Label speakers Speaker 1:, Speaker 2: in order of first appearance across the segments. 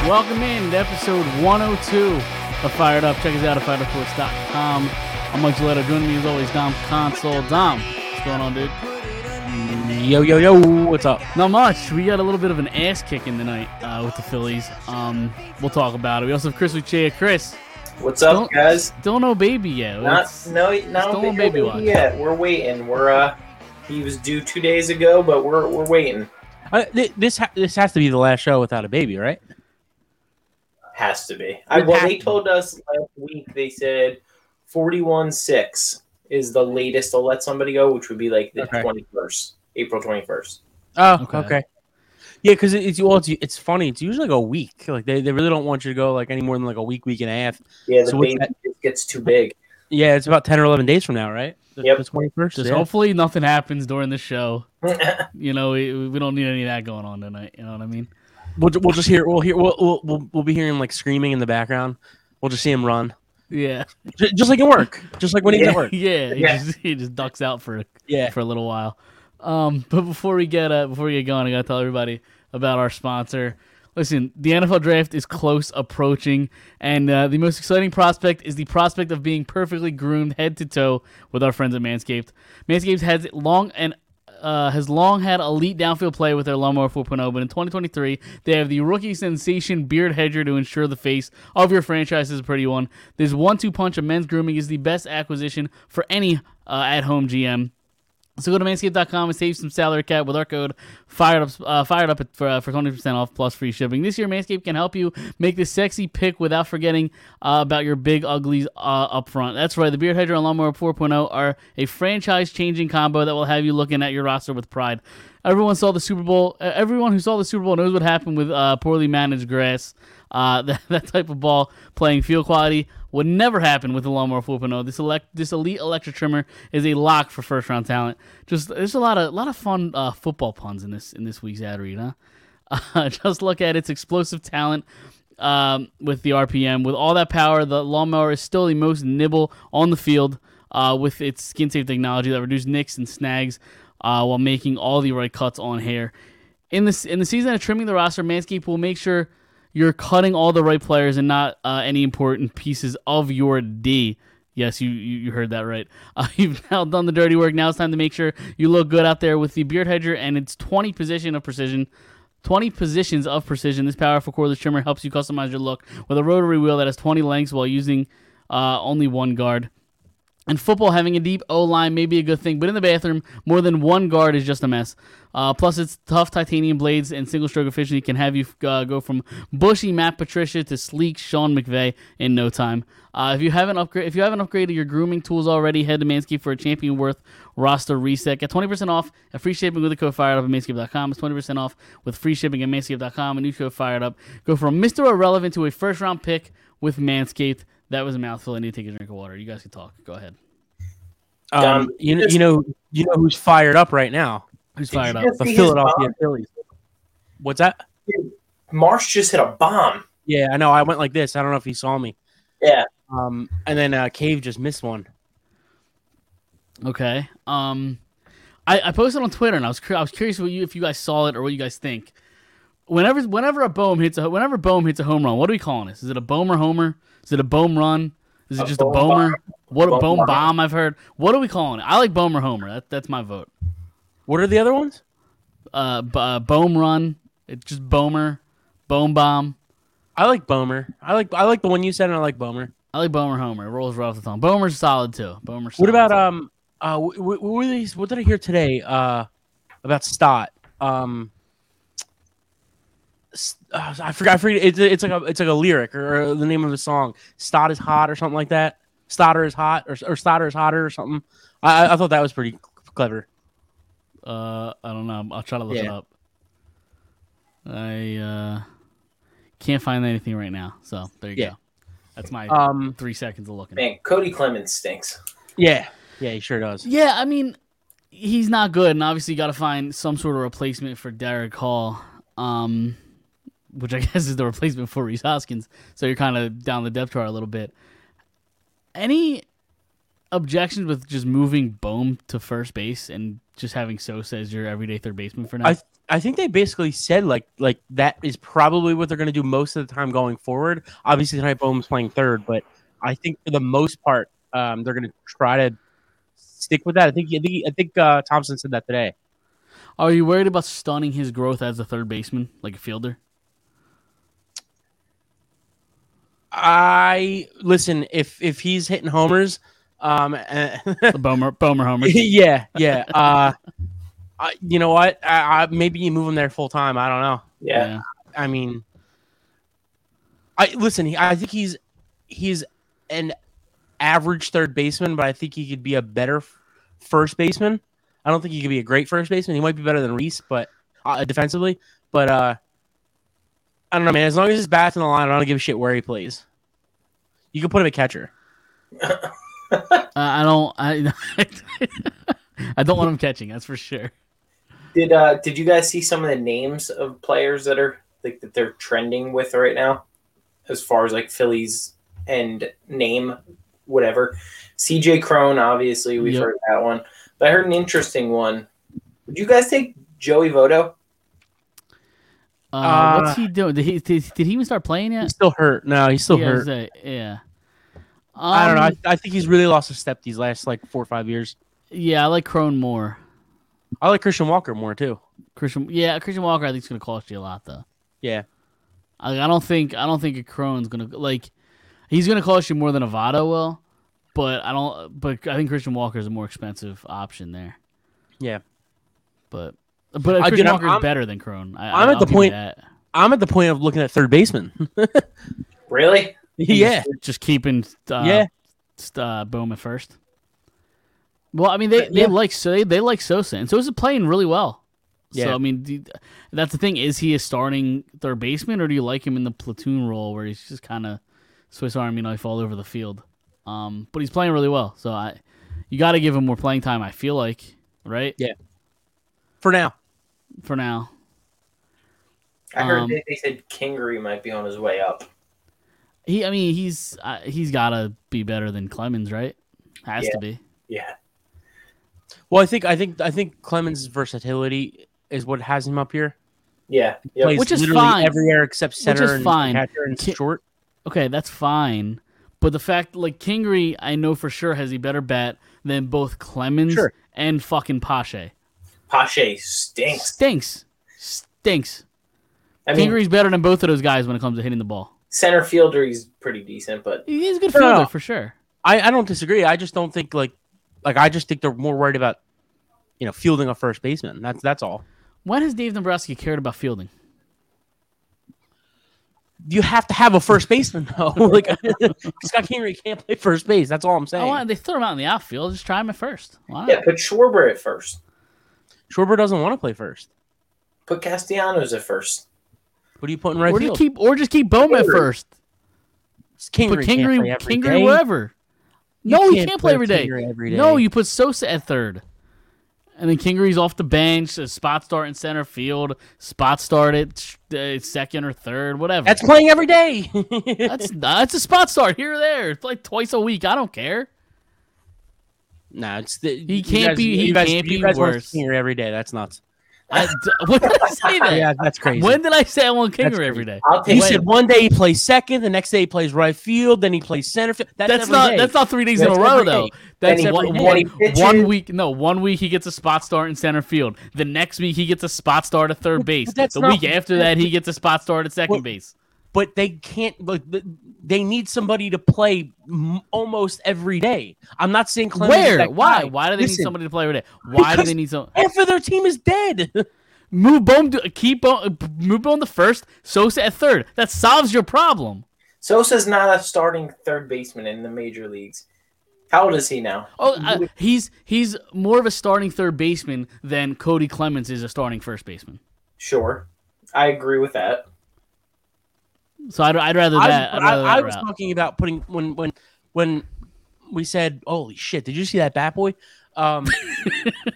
Speaker 1: in to episode 102 of Fired Up. Check us out at firedupreports.com. I'm Mike Gillette. Joining me as always, Dom Console. Dom, what's going on, dude?
Speaker 2: Yo, yo, yo, what's up?
Speaker 1: Not much. We got a little bit of an ass kicking tonight uh, with the Phillies. Um, we'll talk about it. We also have Chris Lucia. Chris,
Speaker 3: What's up,
Speaker 1: Don't-
Speaker 3: guys?
Speaker 1: still no baby yet.
Speaker 3: Not
Speaker 1: It's-
Speaker 3: no, not
Speaker 1: still
Speaker 3: a
Speaker 1: on
Speaker 3: big
Speaker 1: baby
Speaker 3: baby
Speaker 1: watch.
Speaker 3: yet. We're waiting. We're uh, he was due two days ago, but we're we're waiting.
Speaker 2: Uh, th- this ha- this has to be the last show without a baby, right?
Speaker 3: Has to be. I,
Speaker 2: It
Speaker 3: well,
Speaker 2: has
Speaker 3: they
Speaker 2: to.
Speaker 3: told us last week. They said forty-one six is the latest they'll let somebody go, which would be like the
Speaker 2: Okay.
Speaker 3: twenty-first, April twenty-first.
Speaker 2: Oh,
Speaker 1: Okay.
Speaker 2: okay. Yeah, because it's well, it's, it's funny. It's usually like a week. Like they, they really don't want you to go like any more than like a week, week and a half.
Speaker 3: Yeah, the
Speaker 2: So what's
Speaker 3: baby
Speaker 2: that-
Speaker 3: just gets too big.
Speaker 2: Yeah, it's about ten or eleven days from now, right? The,
Speaker 3: Yep.
Speaker 2: the twenty first.
Speaker 1: Just
Speaker 2: Yeah.
Speaker 1: hopefully nothing happens during the show.
Speaker 3: yeah,
Speaker 1: You know, we, we don't need any of that going on tonight. You know what I mean?
Speaker 2: We'll, ju- we'll just hear we'll hear we'll, we'll we'll we'll be hearing like screaming in the background. We'll just see him run,
Speaker 1: Yeah.
Speaker 2: J- just like at work, just like when he's at work.
Speaker 1: yeah. He,
Speaker 3: Yeah.
Speaker 1: Just, he just ducks out for
Speaker 2: Yeah.
Speaker 1: for a little while. Um, but before we get uh, before we get going, I gotta tell everybody about our sponsor. Listen, the NFL draft is close approaching, and uh, the most exciting prospect is the prospect of being perfectly groomed head to toe with our friends at Manscaped. Manscaped has long and uh, has long had elite downfield play with their lawnmower 4.0, but in 2023 they have the rookie sensation beard hedger to ensure the face of your franchise is a pretty one. This one-two punch of men's grooming is the best acquisition for any uh, at-home GM. So go to manscaped.com and save some salary cap with our code fired up uh, fired up for, uh, for 20% off plus free shipping. This year Manscaped can help you make this sexy pick without forgetting uh, about your big uglies uh, up front. That's right, the Beard Hedger and Lawnmower 4.0 are a franchise changing combo that will have you looking at your roster with pride. Everyone saw the Super Bowl. uh, Everyone who saw the Super Bowl knows what happened with uh, poorly managed grass. Uh, that, that type of ball playing field quality would never happen with the lawnmower 4.0. This elect, this elite electric trimmer is a lock for first round talent. Just there's a lot of lot of fun uh, football puns in this in this week's ad read, huh? Uh, just look at its explosive talent um, with the RPM. With all that power, the lawnmower is still the most nibble on the field uh, with its skin safe technology that reduces nicks and snags uh, while making all the right cuts on hair. In this in the season of trimming the roster, Manscaped will make sure you're cutting all the right players and not uh, any important pieces of your D. Yes, you, you, you heard that right. Uh, you've now done the dirty work. Now it's time to make sure you look good out there with the beard hedger and its 20 position of precision. 20 positions of precision. This powerful cordless trimmer helps you customize your look with a rotary wheel that has 20 lengths while using uh, only one guard. And football having a deep O line may be a good thing, but in the bathroom, more than one guard is just a mess. Uh, plus, its tough titanium blades and single stroke efficiency can have you uh, go from bushy Matt Patricia to sleek Sean McVay in no time. Uh, if you haven't upgrade, if you haven't upgraded your grooming tools already, head to Manscaped for a champion worth roster reset. Get 20% off and free shipping with the code fired up at manscaped.com. It's 20% off with free shipping at manscaped.com. A new code fired up. Go from Mr. Irrelevant to a first round pick with Manscaped. That was a mouthful. I need to take a drink of water. You guys can talk. Go ahead.
Speaker 2: Um,
Speaker 3: Dom,
Speaker 2: you know,
Speaker 3: just-
Speaker 2: you know, you know who's fired up right now?
Speaker 1: Who's
Speaker 3: Did you
Speaker 1: fired up?
Speaker 3: guys
Speaker 2: The
Speaker 3: see his
Speaker 2: Philadelphia
Speaker 3: bomb?
Speaker 2: Phillies. What's that?
Speaker 3: Marsh just hit a bomb.
Speaker 2: Yeah, I know. I went like this. I don't know if he saw me.
Speaker 3: Yeah,
Speaker 2: Um, and then uh, Cave just missed one.
Speaker 1: Okay. Um, I, I posted on Twitter, and I was cur- I was curious what you if you guys saw it or what you guys think. Whenever whenever a boom hits a whenever boom hits a home run, what are we calling this? Is it a bomer homer? Is it a boom run? Is it
Speaker 3: A
Speaker 1: just a
Speaker 3: boom
Speaker 1: bomer? What a
Speaker 3: Boom
Speaker 1: boom
Speaker 3: bomb.
Speaker 1: bomb? I've heard. What are we calling it? I like bomer homer. That, that's my vote.
Speaker 2: What are the other ones?
Speaker 1: Uh, b- uh boom run. It's just bomer, boom bomb.
Speaker 2: I like Bomer. I like I like the one you said, and I like Bomer.
Speaker 1: I like bomer homer. It rolls right off the tongue. Bomer's solid too. Bomer's.
Speaker 2: What
Speaker 1: solid,
Speaker 2: about
Speaker 1: too.
Speaker 2: um uh what, what, were these, what did I hear today uh about Stott um s- uh, I forgot I forget it's, it's like a it's like a lyric or, or the name of a song Stott is hot or something like that Stotter is hot or or Stotter is hotter or something I I- I thought that was pretty c- clever
Speaker 1: Uh, I don't know. I'll try to look it
Speaker 2: Yeah.
Speaker 1: up. I uh, can't find anything right now, so there you
Speaker 2: Yeah.
Speaker 1: go. That's my
Speaker 2: um
Speaker 1: three seconds of looking.
Speaker 3: man, Cody Clemens stinks.
Speaker 2: yeah yeah he sure does
Speaker 1: Yeah, I mean, he's not good, and obviously, you got to find some sort of replacement for Derek Hall, um, which I guess is the replacement for Reese Hoskins. So you're kind of down the depth chart a little bit. Any objections with just moving Bohm to first base and just having Sosa as your everyday third baseman for now?
Speaker 2: I I think they basically said like like that is probably what they're going to do most of the time going forward. Obviously, tonight Bowman's playing third, but I think for the most part, um, they're going to try to stick with that. I think I think, I think uh, Thompson said that today.
Speaker 1: Are you worried about stunning his growth as a third baseman, like a fielder?
Speaker 2: I listen if if he's hitting homers, um, eh,
Speaker 1: The Bomer, Bomer Homer.
Speaker 2: yeah, yeah. Uh, I, you know what? I, I, maybe you move him there full time. I don't know.
Speaker 3: Yeah.
Speaker 2: I mean, I listen. he- I think he's he's an average third baseman, but I think he could be a better f- first baseman. I don't think he could be a great first baseman. He might be better than Reese, but uh, defensively. But uh, I don't know, man. As long as his bat's in the line, I don't give a shit where he plays. You could put him at catcher.
Speaker 1: Uh, I don't. I, I don't want him catching. That's for sure.
Speaker 3: Did uh did you guys see some of the names of players that are like that they're trending with right now, as far as like Phillies and name, whatever. C.J. Crone, obviously we've
Speaker 1: Yep.
Speaker 3: heard that one, but I heard an interesting one. Would you guys take Joey Votto?
Speaker 1: Uh,
Speaker 2: Uh,
Speaker 1: what's he doing? Did he, did, did he even start playing yet?
Speaker 2: He's still hurt. No, he's still
Speaker 1: yeah,
Speaker 2: hurt.
Speaker 1: is that- yeah.
Speaker 2: I don't know.
Speaker 1: Um,
Speaker 2: I, I think he's really lost a step these last like four or five years.
Speaker 1: yeah, I like Crone more.
Speaker 2: I like Christian Walker more too.
Speaker 1: Christian, yeah, Christian Walker. I think is going to cost you a lot though.
Speaker 2: Yeah.
Speaker 1: I, I don't think I don't think a Crone's going to like. He's going to cost you more than Avado will, but I don't. But I think Christian Walker is a more expensive option there.
Speaker 2: Yeah. Uh,
Speaker 1: But but
Speaker 2: dude,
Speaker 1: Christian
Speaker 2: I'm-
Speaker 1: Walker is
Speaker 2: I'm-
Speaker 1: better than Crone. I,
Speaker 2: I'm
Speaker 1: I,
Speaker 2: at the
Speaker 1: will
Speaker 2: point-
Speaker 1: That.
Speaker 2: I'm at the point of looking at third baseman.
Speaker 3: Really?
Speaker 2: yeah.
Speaker 1: just, just keeping uh,
Speaker 2: Yeah.
Speaker 1: st- uh, Bowman first. Well, I mean they, they
Speaker 2: Yeah.
Speaker 1: like so they, they like Sosa and Sosa playing really well. So
Speaker 2: Yeah.
Speaker 1: I mean d- that's the thing is he a starting third baseman or do you like him in the platoon role where he's just kind of Swiss Army knife all over the field? Um, but he's playing really well, so I you got to give him more playing time. I feel like right
Speaker 2: Yeah. For now.
Speaker 1: for now.
Speaker 3: I heard
Speaker 1: Um,
Speaker 3: they, they said Kingery might be on his way up.
Speaker 1: He I mean he's uh, he's got to be better than Clemens, right? Has to be.
Speaker 3: Yeah.
Speaker 2: Well, I think I think I think Clemens' versatility is what has him up here.
Speaker 3: Yeah. Yep.
Speaker 2: Plays
Speaker 1: Which is
Speaker 2: literally
Speaker 1: fine.
Speaker 2: everywhere except center
Speaker 1: is
Speaker 2: and
Speaker 1: fine.
Speaker 2: catcher and
Speaker 1: Ki-
Speaker 2: short.
Speaker 1: okay, that's fine. But the fact, like Kingery, I know for sure has a better bat than both Clemens
Speaker 2: Sure.
Speaker 1: and fucking Pache.
Speaker 3: Pache stinks.
Speaker 1: Stinks, stinks.
Speaker 3: I mean,
Speaker 1: Kingery's better than both of those guys when it comes to hitting the ball.
Speaker 3: center fielder, he's pretty decent, but
Speaker 1: He's a good
Speaker 2: No, no,
Speaker 1: fielder
Speaker 2: no.
Speaker 1: for sure.
Speaker 2: I, I don't disagree. I just don't think like like I just think they're more worried about you know fielding a first baseman. That's that's all.
Speaker 1: When has Dave Dombrowski cared about fielding?
Speaker 2: You have to have a first baseman though. like Scott Kingery can't play first base. That's all I'm
Speaker 1: I
Speaker 2: saying.
Speaker 1: want, they throw him out in the outfield. Just try him at first. Why not?
Speaker 3: yeah, put Schwarber at first.
Speaker 2: Schwarber doesn't want to play first.
Speaker 3: Put Castellanos at first.
Speaker 2: Who do you put in right
Speaker 1: or
Speaker 2: field?
Speaker 1: just keep, or just keep Bowman at
Speaker 3: Kingery.
Speaker 1: first.
Speaker 2: It's Kingery,
Speaker 1: Put
Speaker 2: can't play
Speaker 1: Kingery,
Speaker 2: every
Speaker 1: Kingery,
Speaker 2: day.
Speaker 1: wherever.
Speaker 2: You
Speaker 1: no, he can't play every day.
Speaker 2: Kingery every
Speaker 1: No,
Speaker 2: day.
Speaker 1: you put Sosa at third. And then Kingery's off the bench, a spot start in center field, spot start at sh- uh, second or third, whatever.
Speaker 2: That's playing every day.
Speaker 1: that's that's a spot start here or there. It's like twice a week. I don't care.
Speaker 2: no, it's the,
Speaker 1: He can't be- he can't be
Speaker 2: want
Speaker 1: worse.
Speaker 2: Kingery every day. That's nuts.
Speaker 1: I, d- when did I say that?
Speaker 2: Yeah, that's crazy.
Speaker 1: when did I say I want
Speaker 2: That's
Speaker 1: Kingery every
Speaker 2: crazy.
Speaker 1: day?
Speaker 3: I'll
Speaker 2: he
Speaker 3: take
Speaker 1: Wait.
Speaker 2: said one day he plays second, the next day he plays right field, then he plays center field. That's,
Speaker 1: That's
Speaker 2: every
Speaker 1: not
Speaker 2: day.
Speaker 1: that's not three days
Speaker 2: That's
Speaker 1: in a row
Speaker 2: every
Speaker 1: though.
Speaker 2: day.
Speaker 1: That's
Speaker 3: And he-
Speaker 1: one,
Speaker 3: and
Speaker 1: one-
Speaker 3: he pitches.
Speaker 1: one week. No, one week he gets a spot start in center field. The next week he gets a spot start at third base.
Speaker 2: that's
Speaker 1: The
Speaker 2: not-
Speaker 1: week after that he gets a spot start at second
Speaker 2: What-
Speaker 1: base.
Speaker 2: But they can't. Like, th- they need somebody to play m- almost every day. I'm not saying Clemens is
Speaker 1: Where?
Speaker 2: that
Speaker 1: Why?
Speaker 2: guy.
Speaker 1: Why do they need
Speaker 2: Listen,
Speaker 1: somebody to play every day? Why do
Speaker 2: because-
Speaker 1: they need some?
Speaker 2: Half of their team is dead.
Speaker 1: Move Bohm to keep Bohm, move Bohm to first, Sosa at third. That solves your problem.
Speaker 3: Sosa's not a starting third baseman in the major leagues. How old is he now?
Speaker 1: Oh, uh, he's he's more of a starting third baseman than Cody Clemens is a starting first baseman.
Speaker 3: Sure, I agree with that.
Speaker 1: So I'd, I'd rather
Speaker 2: I,
Speaker 1: that. I'd
Speaker 2: I-
Speaker 1: rather that
Speaker 2: I was
Speaker 1: route.
Speaker 2: talking about putting when when when we said, "Holy shit! Did you see that bat boy?" Um,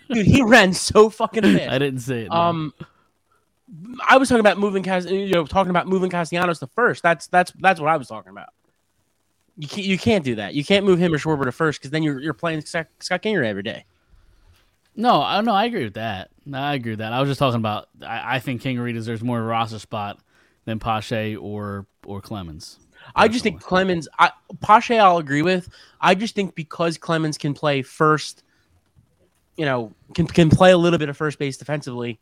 Speaker 2: dude, he ran so fucking fast.
Speaker 1: I didn't say it. no.
Speaker 2: Um, I was talking about moving Cas, you know, talking about moving Castellanos to first. That's that's that's what I was talking about. You can't you can't do that. You can't move him or Schwarber to first because then you're you're playing Scott, Scott Kingery every day.
Speaker 1: no, I no, I agree with that. No, I agree with that. I was just talking about. I, I think Kingery deserves more of a roster spot than Pache or or Clemens.
Speaker 2: I just think Clemens, I, Pache, I'll agree with. I just think because Clemens can play first, you know, can can play a little bit of first base defensively.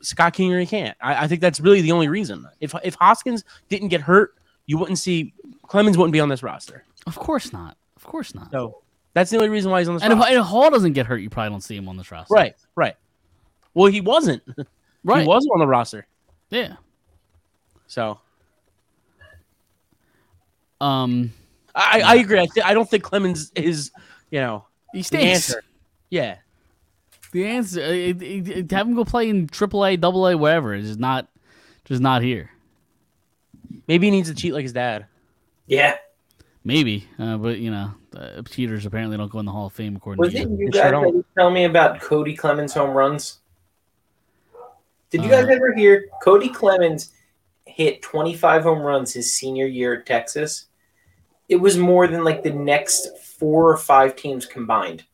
Speaker 2: Scott Kingery can't. I, I think that's really the only reason. If if Hoskins didn't get hurt, you wouldn't see Clemens wouldn't be on this roster.
Speaker 1: Of course not. Of course not.
Speaker 2: So that's the only reason why he's on this
Speaker 1: and, if,
Speaker 2: roster.
Speaker 1: and if Hall doesn't get hurt, you probably don't see him on this roster.
Speaker 2: right, right. Well, he wasn't.
Speaker 1: Right.
Speaker 2: He wasn't on the roster.
Speaker 1: Yeah.
Speaker 2: So
Speaker 1: Um.
Speaker 2: I, I agree. I, th- I don't think Clemens is, you know,
Speaker 1: He
Speaker 2: the
Speaker 1: stinks.
Speaker 2: answer. Yeah.
Speaker 1: The answer. uh, It, it, it- have him go play in AAA, AA, wherever. It's just not, just not here.
Speaker 2: Maybe he needs to cheat like his dad.
Speaker 3: Yeah.
Speaker 1: Maybe, uh, but you know, uh, cheaters apparently don't go in the Hall of Fame according
Speaker 3: Was
Speaker 1: to
Speaker 3: it
Speaker 1: you.
Speaker 3: you
Speaker 2: Sure
Speaker 3: guys
Speaker 2: don't.
Speaker 3: that tell me about Cody Clemens home runs? Did you
Speaker 1: Uh,
Speaker 3: guys ever hear Cody Clemens hit 25 home runs his senior year at Texas? It was more than like the next four or five teams combined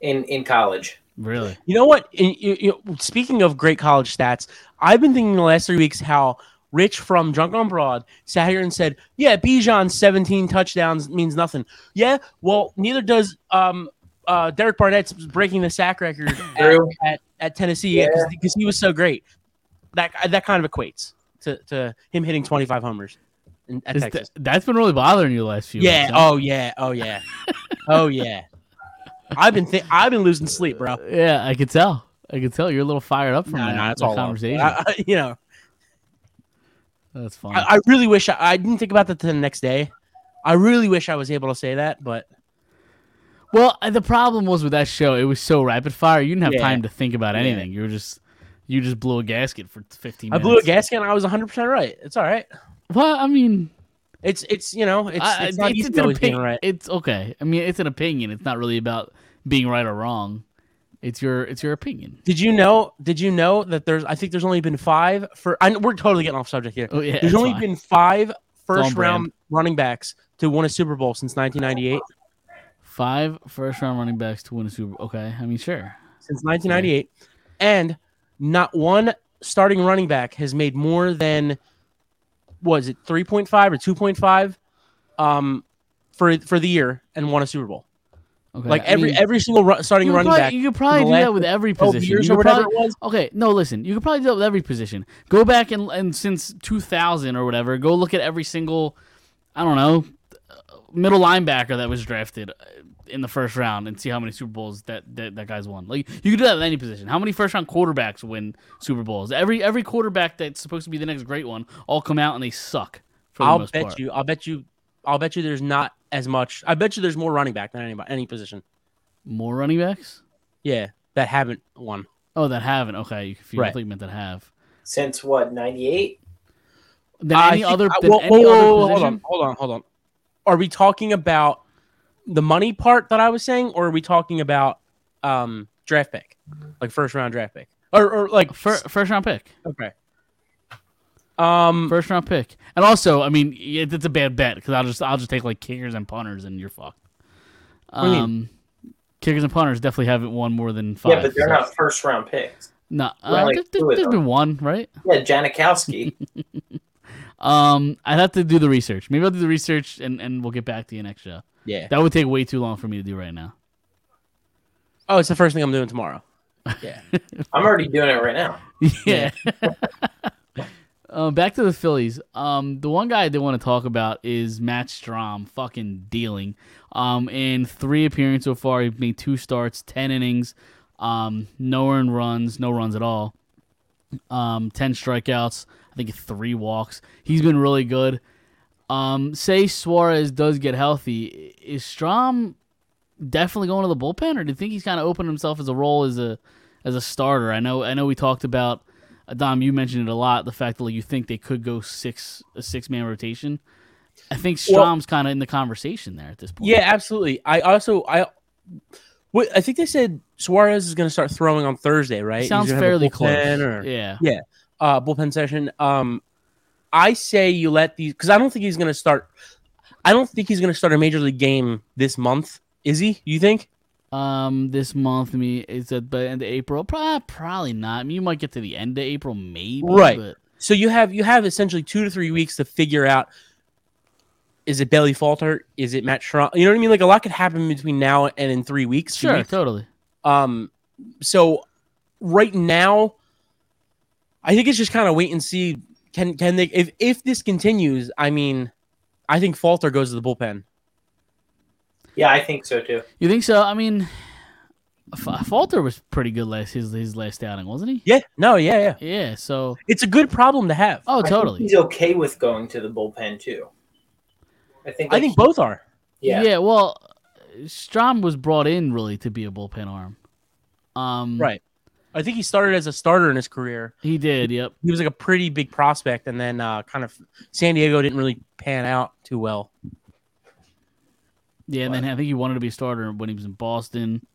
Speaker 3: in in college.
Speaker 1: Really?
Speaker 2: You know what? In- you- you- speaking of great college stats, I've been thinking the last three weeks how Rich from Drunk on Broad sat here and said, "Yeah, Bijan's 17 touchdowns means nothing." Yeah, well, neither does um, uh, Derek Barnett's breaking the sack record at,
Speaker 3: Drew?
Speaker 2: at, at Tennessee because he was so great. That that kind of equates to, to him hitting 25 homers in, at
Speaker 1: Is
Speaker 2: Texas.
Speaker 1: that- that's been really bothering you the last few.
Speaker 2: Yeah.
Speaker 1: weeks, huh?
Speaker 2: Oh yeah. Oh yeah. oh yeah. I've been thi- I've been losing sleep, bro.
Speaker 1: Yeah, I could tell. I could tell you're a little fired up from
Speaker 2: No,
Speaker 1: that,
Speaker 2: no, it's
Speaker 1: that
Speaker 2: all love.
Speaker 1: conversation.
Speaker 2: I- I- you know,
Speaker 1: that's fine.
Speaker 2: I, I really wish I, I didn't think about that till the next day. I really wish I was able to say that, but
Speaker 1: well, uh, the problem was with that show, it was so rapid fire. You didn't have
Speaker 2: Yeah.
Speaker 1: time to think about
Speaker 2: Yeah.
Speaker 1: anything. You were just, you just blew a gasket for 15
Speaker 2: I
Speaker 1: minutes.
Speaker 2: blew a gasket and I was 100 percent right. It's all right.
Speaker 1: Well, I mean,
Speaker 2: It's it's you know it's,
Speaker 1: I-
Speaker 2: it's not
Speaker 1: it's,
Speaker 2: easy
Speaker 1: an
Speaker 2: always being
Speaker 1: opinion.
Speaker 2: right.
Speaker 1: It's okay. I mean, it's an opinion. It's not really about being right or wrong. It's your, it's your opinion.
Speaker 2: Did you know? Did you know that there's? I think there's only been five for. I, we're totally getting off subject here.
Speaker 1: Oh yeah.
Speaker 2: there's
Speaker 1: it's
Speaker 2: only
Speaker 1: fine.
Speaker 2: been five
Speaker 1: brand.
Speaker 2: first round running backs to win a Super Bowl since 1998.
Speaker 1: five first round running backs to win a Super. Okay, I mean, sure.
Speaker 2: since 1998, and not one starting running back has made more than was it 3.5 or 2.5 um, for for the year and won a Super Bowl.
Speaker 1: Okay,
Speaker 2: Like
Speaker 1: I
Speaker 2: every
Speaker 1: mean,
Speaker 2: every single ru- starting
Speaker 1: you E could
Speaker 2: running
Speaker 1: probably,
Speaker 2: back,
Speaker 1: You could probably
Speaker 2: the
Speaker 1: do
Speaker 2: last
Speaker 1: that with every
Speaker 2: 12
Speaker 1: position.
Speaker 2: years
Speaker 1: You
Speaker 2: or
Speaker 1: could
Speaker 2: whatever
Speaker 1: probably-
Speaker 2: it was.
Speaker 1: Okay, no, listen. You could probably do that with every position. Go back and and since 2000 or whatever, go look at every single, I don't know, middle linebacker that was drafted uh, in the first round and see how many Super Bowls that that, that guy's won. Like you could do that with any position. How many first round quarterbacks win Super Bowls? Every every quarterback that's supposed to be the next great one all come out and they suck. For the
Speaker 2: I'll
Speaker 1: most
Speaker 2: bet
Speaker 1: part.
Speaker 2: you, I'll bet you, I'll bet you, there's not as much. I bet you, there's more running back than anybody, any position.
Speaker 1: more running backs.
Speaker 2: Yeah, that haven't won.
Speaker 1: Oh, that haven't. Okay, you confused. I
Speaker 2: Right.
Speaker 1: thought you meant that have.
Speaker 3: Since what, 98?
Speaker 1: Than
Speaker 2: I
Speaker 1: any
Speaker 2: think-
Speaker 1: other,
Speaker 2: I-
Speaker 1: than
Speaker 2: whoa,
Speaker 1: any
Speaker 2: whoa,
Speaker 1: other
Speaker 2: whoa, whoa, hold
Speaker 1: position?
Speaker 2: on, hold on, hold on. Are we talking about the money part that I was saying, or are we talking about um draft pick, like first round draft pick, or, or like
Speaker 1: Fir- first round pick.
Speaker 2: okay? Um,
Speaker 1: First round pick. And also, I mean, it, it's a bad bet because I'll just I'll just take like kickers and punters and you're fucked.
Speaker 2: do you mean?
Speaker 1: Um, kickers and punters definitely haven't won more than five.
Speaker 3: yeah, but they're
Speaker 1: so-
Speaker 3: not first round picks.
Speaker 1: No,
Speaker 3: Well,
Speaker 1: uh,
Speaker 3: like,
Speaker 1: there,
Speaker 3: two of
Speaker 1: has
Speaker 3: them.
Speaker 1: been one, right?
Speaker 3: Yeah, Janikowski.
Speaker 1: Um, I'd have to do the research. Maybe I'll do the research and, and we'll get back to you next show.
Speaker 2: yeah.
Speaker 1: That would take way too long for me to do right now.
Speaker 2: Oh, it's the first thing I'm doing tomorrow.
Speaker 3: I'm already doing it right now.
Speaker 1: Yeah. um, back to the Phillies. Um, the one guy I did want to talk about is Matt Strom, fucking dealing. Um, in three appearances so far, he made two starts, ten innings, um, no earned runs, no runs at all, um, ten strikeouts. I think three walks. He's been really good. Um, say Suarez does get healthy, i- is Strom definitely going to the bullpen, or do you think he's kind of opened himself as a role as a as a starter? I know I know we talked about uh, Dom. You mentioned it a lot. The fact that like, you think they could go six a six man rotation. I think
Speaker 2: Well-
Speaker 1: Strom's kind of in the conversation there at this point.
Speaker 2: Yeah, absolutely. I also I. What, I think they said Suarez is going to start throwing on Thursday, right?
Speaker 1: It
Speaker 2: He's
Speaker 1: sounds
Speaker 2: gonna have a
Speaker 1: fairly close.
Speaker 2: bullpen or-
Speaker 1: yeah,
Speaker 2: uh, bullpen session. Um, I say you let these because I don't think he's going to start. I don't think he's going to start a major league game this month. Is he? You think?
Speaker 1: um this month. I mean, it's at the end of April. Probably, probably not. I mean, you might get to the end of April, maybe.
Speaker 2: Right.
Speaker 1: But
Speaker 2: So you have you have essentially two to three weeks to figure out is it Bailey Falter? Is it Matt Strong? You know what I mean? Like a lot could happen between now and in three weeks. two
Speaker 1: sure,
Speaker 2: weeks.
Speaker 1: totally.
Speaker 2: Um, so right now, I think it's just kind of wait and see. Can can they if if this continues? I mean, I think Falter goes to the bullpen.
Speaker 3: Yeah, I think so too.
Speaker 1: You think so? I mean, F- uh, Falter was pretty good last his his last outing, wasn't he?
Speaker 2: Yeah. No. Yeah. Yeah.
Speaker 1: Yeah. So,
Speaker 2: It's a good problem to have.
Speaker 1: oh,
Speaker 3: I think
Speaker 1: totally.
Speaker 3: he's okay with going to the bullpen too. I think.
Speaker 2: I
Speaker 3: like,
Speaker 2: think both are.
Speaker 3: Yeah.
Speaker 1: Yeah. Well, Strom was brought in really to be a bullpen arm. Um.
Speaker 2: Right. I think he started as a starter in his career.
Speaker 1: He did. Yep.
Speaker 2: He was like a pretty big prospect, and then uh, kind of San Diego didn't really pan out too well.
Speaker 1: Yeah, and then I think he wanted to be a starter when he was in Boston,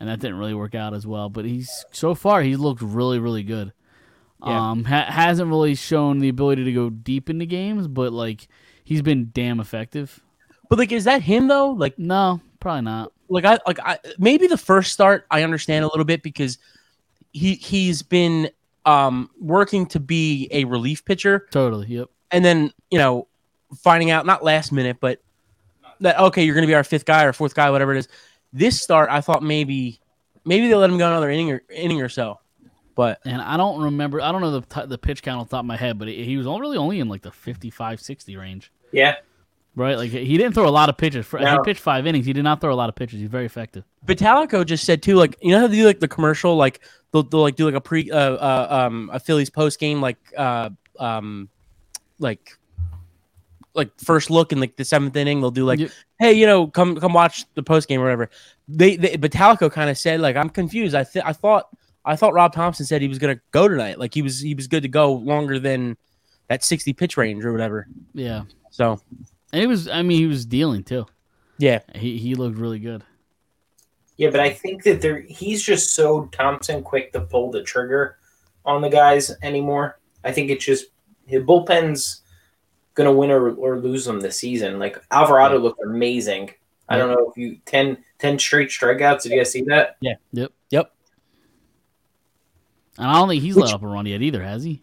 Speaker 1: and that didn't really work out as well. But he's so far he's looked really, really good.
Speaker 2: Yeah.
Speaker 1: Um, ha- hasn't really shown the ability to go deep into games, but like he's been damn effective.
Speaker 2: But like, is that him though? Like,
Speaker 1: No, probably not.
Speaker 2: like I like I maybe the first start I understand a little bit because he he's been um working to be a relief pitcher
Speaker 1: Totally. Yep.
Speaker 2: and then you know finding out not last minute but that okay you're gonna be our fifth guy or fourth guy whatever it is this start I thought maybe maybe they let him go another inning or inning or so but
Speaker 1: And I don't remember. I don't know the t- the pitch count off the top of my head, but he he was on- really only in like the 55, 60 range,
Speaker 3: Yeah.
Speaker 1: right? Like he didn't throw a lot of pitches. For, He
Speaker 3: No.
Speaker 1: pitched five innings. He did not throw a lot of pitches. He's very effective.
Speaker 2: Vitalico just said too like you know how they do like the commercial like they'll, they'll like do like a pre uh, uh um a Phillies post game like uh um like like first look in like the seventh inning they'll do like
Speaker 1: Yep.
Speaker 2: hey you know come come watch the post game or whatever they, they Vitalico kind of said like I'm confused I th- I thought I thought Rob Thompson said he was gonna go tonight like he was he was good to go longer than that 60 pitch range or whatever
Speaker 1: Yeah,
Speaker 2: so
Speaker 1: and he was. I mean, he was dealing too.
Speaker 2: yeah
Speaker 1: He he looked really good.
Speaker 3: Yeah, but I think that they're he's just so Thompson quick to pull the trigger on the guys anymore. I think it's just his bullpen's gonna win or, or lose them this season. Like Alvarado looked amazing. I don't know if you 10, 10 straight strikeouts. Did you guys see that?
Speaker 2: yep
Speaker 1: And I don't think he's
Speaker 2: Which-
Speaker 1: let up a run yet either, has he?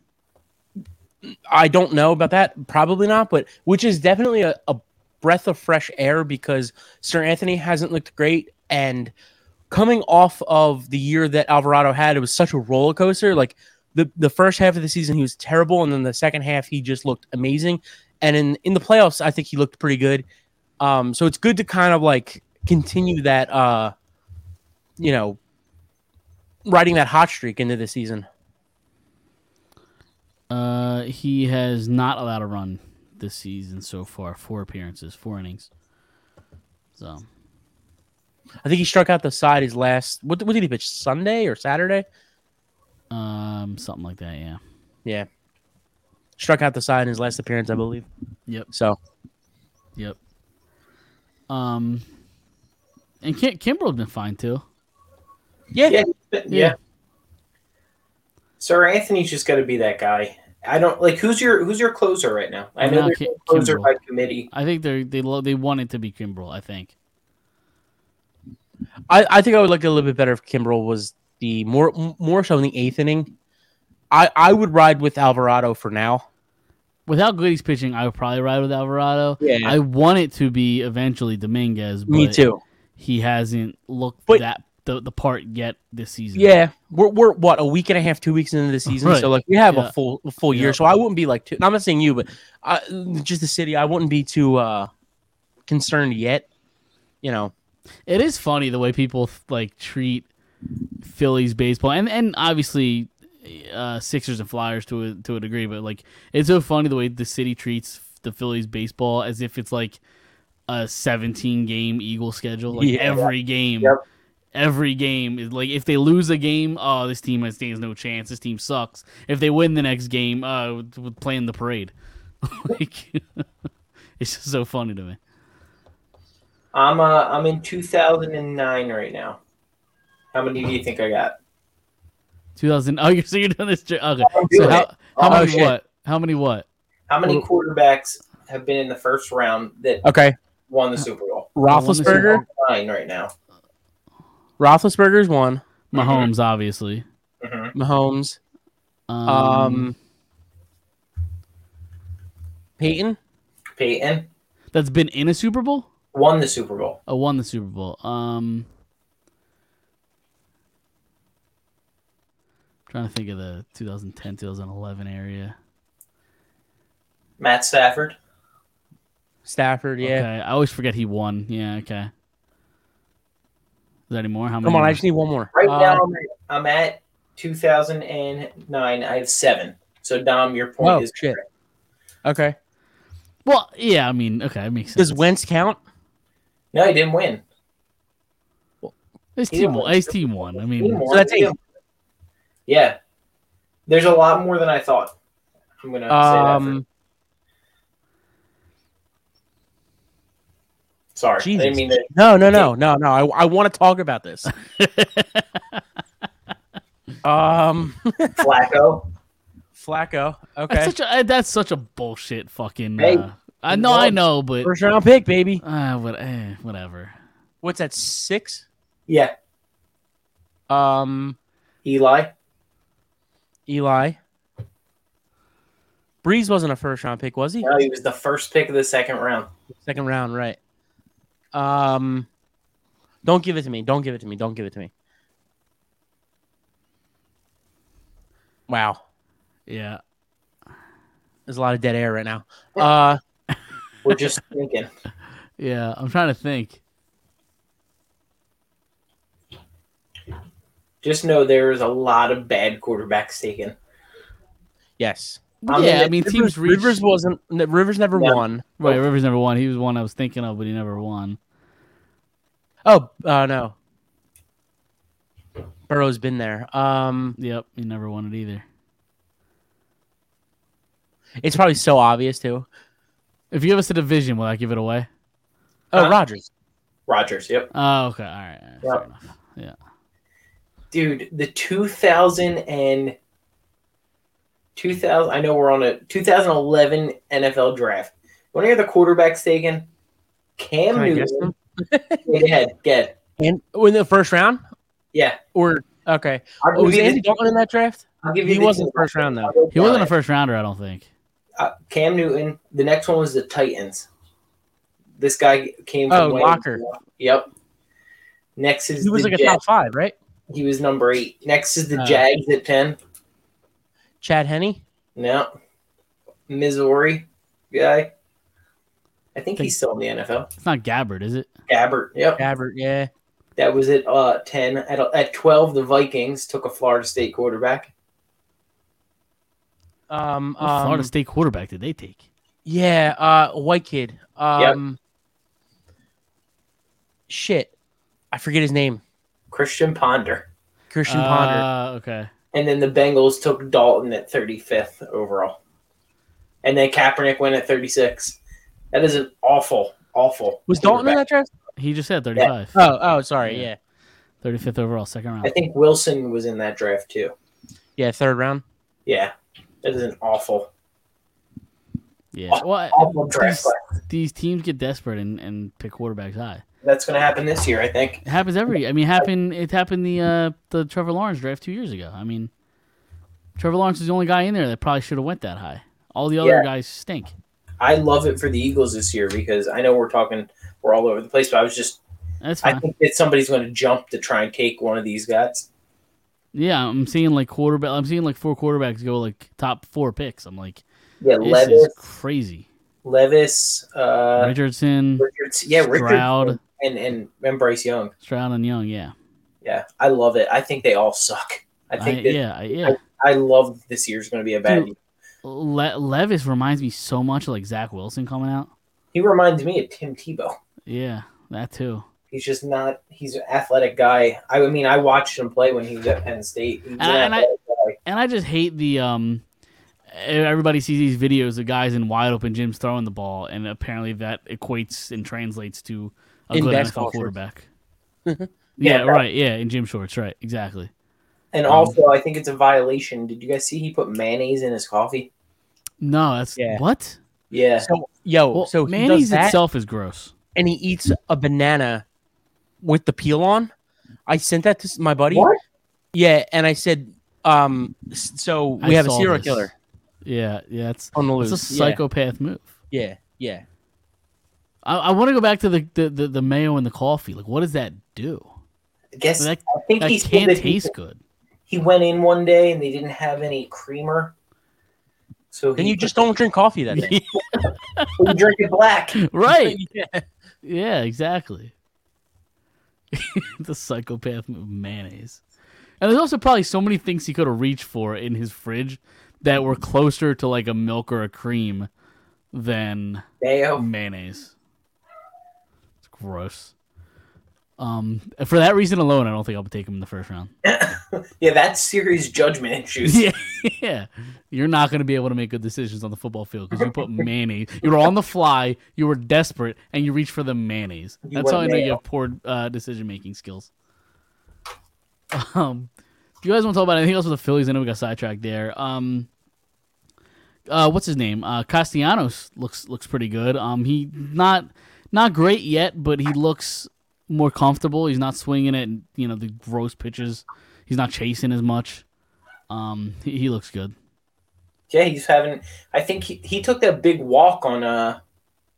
Speaker 2: I don't know about that. Probably not, but which is definitely a, a breath of fresh air because Sir Anthony hasn't looked great. And coming off of the year that Alvarado had, it was such a roller coaster. Like the, the first half of the season, he was terrible. And then the second half, he just looked amazing. And in, in the playoffs, I think he looked pretty good. Um, so it's good to kind of like continue that, uh, you know, riding that hot streak into the season.
Speaker 1: Uh, he has not allowed a run this season so far. Four appearances, four innings. So
Speaker 2: I think he struck out the side his last. What, what did he pitch? Sunday or Saturday?
Speaker 1: um, something like that. Yeah.
Speaker 2: Yeah, struck out the side in his last appearance, I believe.
Speaker 1: Yep.
Speaker 2: So
Speaker 1: Yep. Um, and Kim- Kimbrel's been fine too.
Speaker 2: yeah,
Speaker 3: Yeah. Yeah. Sir Anthony's just gotta be that guy. I don't like who's your who's your closer right now. I
Speaker 1: I'm
Speaker 3: know
Speaker 1: not
Speaker 3: there's
Speaker 1: Ki-
Speaker 3: no closer
Speaker 1: Kimbrel.
Speaker 3: by committee.
Speaker 1: I think they they lo- they want it to be Kimbrel. I think.
Speaker 2: I, I think I would like it a little bit better if Kimbrel was the more m- more so in the eighth inning. I I would ride with Alvarado for now.
Speaker 1: With how good he's pitching, I would probably ride with Alvarado.
Speaker 2: Yeah.
Speaker 1: I want it to be eventually Dominguez. But
Speaker 2: Me too.
Speaker 1: He hasn't looked
Speaker 2: But-
Speaker 1: that the, the part yet this season.
Speaker 2: Yeah, we're, we're what a week and a half, two weeks into the season,
Speaker 1: Right.
Speaker 2: so like we have
Speaker 1: Yeah.
Speaker 2: a full a full year.
Speaker 1: Yeah.
Speaker 2: So I wouldn't be like, too, I'm not saying you, but I, just the city. I wouldn't be too uh concerned yet. You know,
Speaker 1: It is funny the way people like treat Phillies baseball, and and obviously uh, Sixers and Flyers to a, to a degree, but like it's so funny the way the city treats the Phillies baseball as if it's like a 17 game Eagle schedule. Like
Speaker 2: Yeah.
Speaker 1: every game,
Speaker 3: Yep.
Speaker 1: every game is like if they lose a game, oh this team has stands no chance. This team sucks. If they win the next game, uh, we're- we're playing the parade. like it's just so funny to me.
Speaker 3: I'm uh I'm in two thousand and nine right now. How many do you think I got?
Speaker 1: 2000. Oh, you're, so you're doing this. dr- Okay.
Speaker 3: I'm
Speaker 1: So
Speaker 3: doing
Speaker 1: how,
Speaker 3: it.
Speaker 1: how
Speaker 2: Oh,
Speaker 1: many
Speaker 2: shit.
Speaker 1: what? How many what?
Speaker 3: How many
Speaker 1: Well-
Speaker 3: quarterbacks have been in the first round that
Speaker 2: okay,
Speaker 3: won the Super Bowl?
Speaker 1: I wanna see-
Speaker 2: Roethlisberger.
Speaker 3: Nine right now.
Speaker 2: Roethlisberger's one.
Speaker 1: Mahomes, obviously.
Speaker 3: Mhm.
Speaker 2: Mahomes.
Speaker 1: Um,
Speaker 2: Um, Peyton.
Speaker 3: Peyton
Speaker 1: that's been in a Super Bowl.
Speaker 3: won the Super Bowl.
Speaker 1: Oh, won the Super Bowl. Um, trying to think of the 2010, 2011 area.
Speaker 3: Matt Stafford.
Speaker 2: Stafford. Yeah.
Speaker 1: Okay, I always forget he won. Yeah. Okay. Is there any more? How many?
Speaker 2: Come on, I
Speaker 1: more?
Speaker 2: just need one more.
Speaker 3: Right
Speaker 2: Uh,
Speaker 3: now, I'm at, I'm at 2009. I have seven. So Dom, your point
Speaker 2: Oh,
Speaker 3: is
Speaker 2: shit.
Speaker 3: correct.
Speaker 2: Okay.
Speaker 1: Well, yeah. I mean, okay, it makes sense.
Speaker 2: Does Wentz count?
Speaker 3: No, he didn't win.
Speaker 1: His
Speaker 3: he
Speaker 1: team,
Speaker 3: won.
Speaker 1: won- his team won. I
Speaker 3: He
Speaker 1: mean,
Speaker 3: won.
Speaker 2: So that's eight.
Speaker 3: Yeah, there's a lot more than I thought. I'm gonna say that.
Speaker 2: Um,
Speaker 3: For, sorry, I
Speaker 2: Jesus.
Speaker 3: didn't mean to.
Speaker 2: no, no, no, no, no. I, I want to talk about this. um,
Speaker 3: Flacco.
Speaker 2: Flacco.
Speaker 1: that's
Speaker 2: Okay.
Speaker 1: such a eh, that's such a bullshit fucking.
Speaker 3: Hey,
Speaker 1: uh, I
Speaker 3: he
Speaker 1: know, I
Speaker 3: won.
Speaker 1: know, but
Speaker 2: First round pick, baby.
Speaker 1: uh, what, eh, whatever.
Speaker 2: What's that? Six.
Speaker 3: Yeah,
Speaker 2: Um,
Speaker 3: Eli.
Speaker 2: Eli. Breeze wasn't a first round pick, was he?
Speaker 3: No, he was the first pick of the second round.
Speaker 2: Second round, right. Um don't give it to me. Don't give it to me. Don't give it to me. Wow.
Speaker 1: Yeah.
Speaker 2: There's a lot of dead air right now. Uh
Speaker 3: We're just thinking.
Speaker 1: Yeah, I'm trying to think.
Speaker 3: Just know there is a lot of bad quarterbacks taken.
Speaker 2: yes.
Speaker 3: I mean,
Speaker 1: yeah, I
Speaker 3: the
Speaker 1: mean, teams
Speaker 2: Rivers,
Speaker 1: reach.
Speaker 2: Rivers wasn't n- Rivers never
Speaker 3: Yeah.
Speaker 2: won.
Speaker 1: right, Rivers never won. He was one I was thinking of, but he never won.
Speaker 2: Oh, uh no. Burrow's been there. Um
Speaker 1: Yep, he never won it either.
Speaker 2: it's probably so obvious too.
Speaker 1: If you give us a division, will I give it away?
Speaker 2: Oh,
Speaker 3: Huh?
Speaker 2: Rogers.
Speaker 3: Rogers. Yep.
Speaker 1: Oh, okay. All right. all right, Fair
Speaker 3: Yep.
Speaker 1: enough. Yeah.
Speaker 3: dude the 2000 and 2000 i know we're on a 2011 nfl draft want to hear the quarterbacks taken cam
Speaker 2: Can I guess
Speaker 3: newton
Speaker 2: them?
Speaker 3: go ahead get
Speaker 2: And oh, in the first round?
Speaker 3: yeah
Speaker 2: Or okay.
Speaker 3: i'll give
Speaker 2: Oh, was
Speaker 3: you,
Speaker 2: Andy
Speaker 3: the,
Speaker 2: Dalton in that draft?
Speaker 3: I'll give you
Speaker 2: He
Speaker 3: the
Speaker 2: wasn't
Speaker 3: team.
Speaker 2: first round though.
Speaker 1: He wasn't a first rounder, I don't think.
Speaker 3: uh, cam newton the next one was the titans this guy came
Speaker 2: Oh,
Speaker 3: from Wayne.
Speaker 2: Locker.
Speaker 3: yep next is
Speaker 2: He was
Speaker 3: the
Speaker 2: like a
Speaker 3: Jets.
Speaker 2: top five, right?
Speaker 3: he was number eight next is the
Speaker 2: Uh,
Speaker 3: jags at 10
Speaker 2: Chad Henney.
Speaker 3: No. Missouri guy. I think
Speaker 1: Think-
Speaker 3: he's still in the NFL.
Speaker 1: It's not Gabbard, is it?
Speaker 3: Gabbert. Yep.
Speaker 2: Gabbert, yeah.
Speaker 3: That was at uh, 10. At, at 12, the Vikings took a Florida State quarterback.
Speaker 2: Um,
Speaker 1: What Florida
Speaker 2: um
Speaker 1: State quarterback did they take?
Speaker 2: yeah, uh white kid. Um shit. I forget his name.
Speaker 3: Christian Ponder.
Speaker 2: Christian Ponder.
Speaker 1: Uh, okay.
Speaker 3: And then the Bengals took Dalton at 35th overall. And then Kaepernick went at 36. That is an awful, awful.
Speaker 2: Was Dalton in that draft?
Speaker 1: He just had 35.
Speaker 2: Oh, oh, sorry,
Speaker 1: Yeah.
Speaker 2: yeah.
Speaker 1: 35th overall, second
Speaker 3: I
Speaker 1: round.
Speaker 3: think Wilson was in that draft too.
Speaker 2: Yeah, third round.
Speaker 3: Yeah. That is an awful,
Speaker 1: Yeah. Well,
Speaker 3: awful draft.
Speaker 1: these,
Speaker 3: class.
Speaker 1: these teams get desperate and, and pick quarterbacks high.
Speaker 3: That's going to happen this year, I think.
Speaker 1: It happens every. I mean, it happened. It happened the uh, the Trevor Lawrence draft two years ago. I mean, Trevor Lawrence is the only guy in there that probably should have went that high. All the other
Speaker 3: Yeah.
Speaker 1: guys stink.
Speaker 3: I love it for the Eagles this year because I know we're talking we're all over the place, but I was just
Speaker 1: That's fine.
Speaker 3: I think that somebody's going to jump to try and take one of these guys.
Speaker 1: yeah, I'm seeing like quarterback. I'm seeing like four quarterbacks go like top four picks. I'm like,
Speaker 3: Yeah,
Speaker 1: this
Speaker 3: Levis,
Speaker 1: is crazy.
Speaker 3: Levis, uh,
Speaker 1: Richardson,
Speaker 3: Richards, yeah, Richards,
Speaker 1: Stroud,
Speaker 3: and, and and Bryce Young.
Speaker 1: Stroud, and Young. Yeah,
Speaker 3: Yeah, I love it. I think they all suck. I
Speaker 1: I
Speaker 3: think that
Speaker 1: yeah, I, yeah.
Speaker 3: I love this year's going to be a bad.
Speaker 1: Dude.
Speaker 3: year.
Speaker 1: Le- Levis reminds me so much of like Zach Wilson coming out.
Speaker 3: He reminds me of Tim Tebow.
Speaker 1: Yeah, that too.
Speaker 3: He's just not. He's an athletic guy. I mean, I watched him play when he was at Penn State. He was an
Speaker 1: And I- and I-
Speaker 3: athletic guy.
Speaker 1: And I just hate the um. Everybody sees these videos of guys in wide open gyms throwing the ball, and apparently that equates and translates to a
Speaker 2: In
Speaker 1: good
Speaker 2: basketball
Speaker 1: NFL
Speaker 2: shorts.
Speaker 1: quarterback.
Speaker 3: Yeah,
Speaker 1: yeah,
Speaker 3: that-
Speaker 1: right. Yeah, in gym shorts. Right, exactly.
Speaker 3: And
Speaker 1: Um,
Speaker 3: also, I think it's a violation. Did you guys see he put mayonnaise in his coffee?
Speaker 1: No, that's
Speaker 2: Yeah.
Speaker 1: what.
Speaker 3: Yeah.
Speaker 2: So yo,
Speaker 1: Well,
Speaker 2: so he
Speaker 1: mayonnaise
Speaker 2: does that
Speaker 1: itself is gross.
Speaker 2: and he eats a banana with the peel on. I sent that to s- my buddy.
Speaker 3: What?
Speaker 2: Yeah, and I said, um, s- so we
Speaker 1: I
Speaker 2: have a
Speaker 1: saw
Speaker 2: serial
Speaker 1: this.
Speaker 2: killer
Speaker 1: Yeah, yeah, it's
Speaker 2: on the
Speaker 1: it's
Speaker 2: loose.
Speaker 1: a psychopath move.
Speaker 2: Yeah, yeah, yeah.
Speaker 1: I, I want to go back to the, the, the, the mayo and the coffee. Like, what does that do?
Speaker 3: I guess
Speaker 1: That,
Speaker 3: I think
Speaker 1: that
Speaker 3: he said
Speaker 1: can't
Speaker 3: that he,
Speaker 1: taste good.
Speaker 3: he went in one day and they didn't have any creamer. So
Speaker 2: Then
Speaker 3: he
Speaker 2: you just don't drink coffee that day.
Speaker 3: well, you drink it black.
Speaker 1: right?
Speaker 2: Yeah.
Speaker 1: Yeah, exactly. the psychopath move, mayonnaise. And there's also probably so many things he could have reached for in his fridge that were closer to like a milk or a cream than
Speaker 3: Mayo.
Speaker 1: mayonnaise. It's gross. Um, for that reason alone, I don't think I'll take him in the first round.
Speaker 3: Yeah, that's serious judgment issues.
Speaker 1: Yeah, yeah. You're not going to be able to make good decisions on the football field because you put mayonnaise. You were on the fly. You were desperate, and you reached for the mayonnaise.
Speaker 3: You
Speaker 1: That's
Speaker 3: went
Speaker 1: how I know you
Speaker 3: mayo.
Speaker 1: have poor uh, decision making skills. Um, do you guys want to talk about anything else with the Phillies? I know we got sidetracked there. Um, uh, what's his name? Uh, Castellanos looks looks pretty good. Um, he not not great yet, but he looks more comfortable. He's not swinging at you know the gross pitches. He's not chasing as much. Um, he, he looks good.
Speaker 3: Yeah, he's having. I think he, he took that big walk on uh,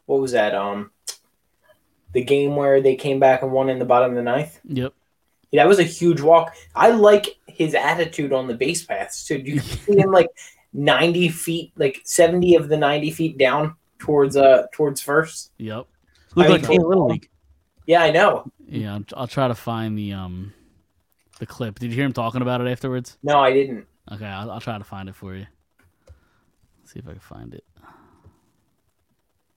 Speaker 3: what was that um, the game where they came back and won in the bottom of the ninth.
Speaker 1: Yep.
Speaker 3: That was a huge walk. I like his attitude on the base paths too. You can see him like ninety feet, like seventy of the ninety feet down towards uh towards first.
Speaker 1: Yep.
Speaker 2: Look
Speaker 3: I
Speaker 2: like
Speaker 3: would
Speaker 2: Kane
Speaker 3: hope-
Speaker 2: Little League.
Speaker 3: Yeah, I know.
Speaker 1: Yeah. I'll, I'll try to find the um the clip. Did you hear him talking about it afterwards?
Speaker 3: No, I didn't.
Speaker 1: Okay, I'll, I'll try to find it for you. see if I can find it.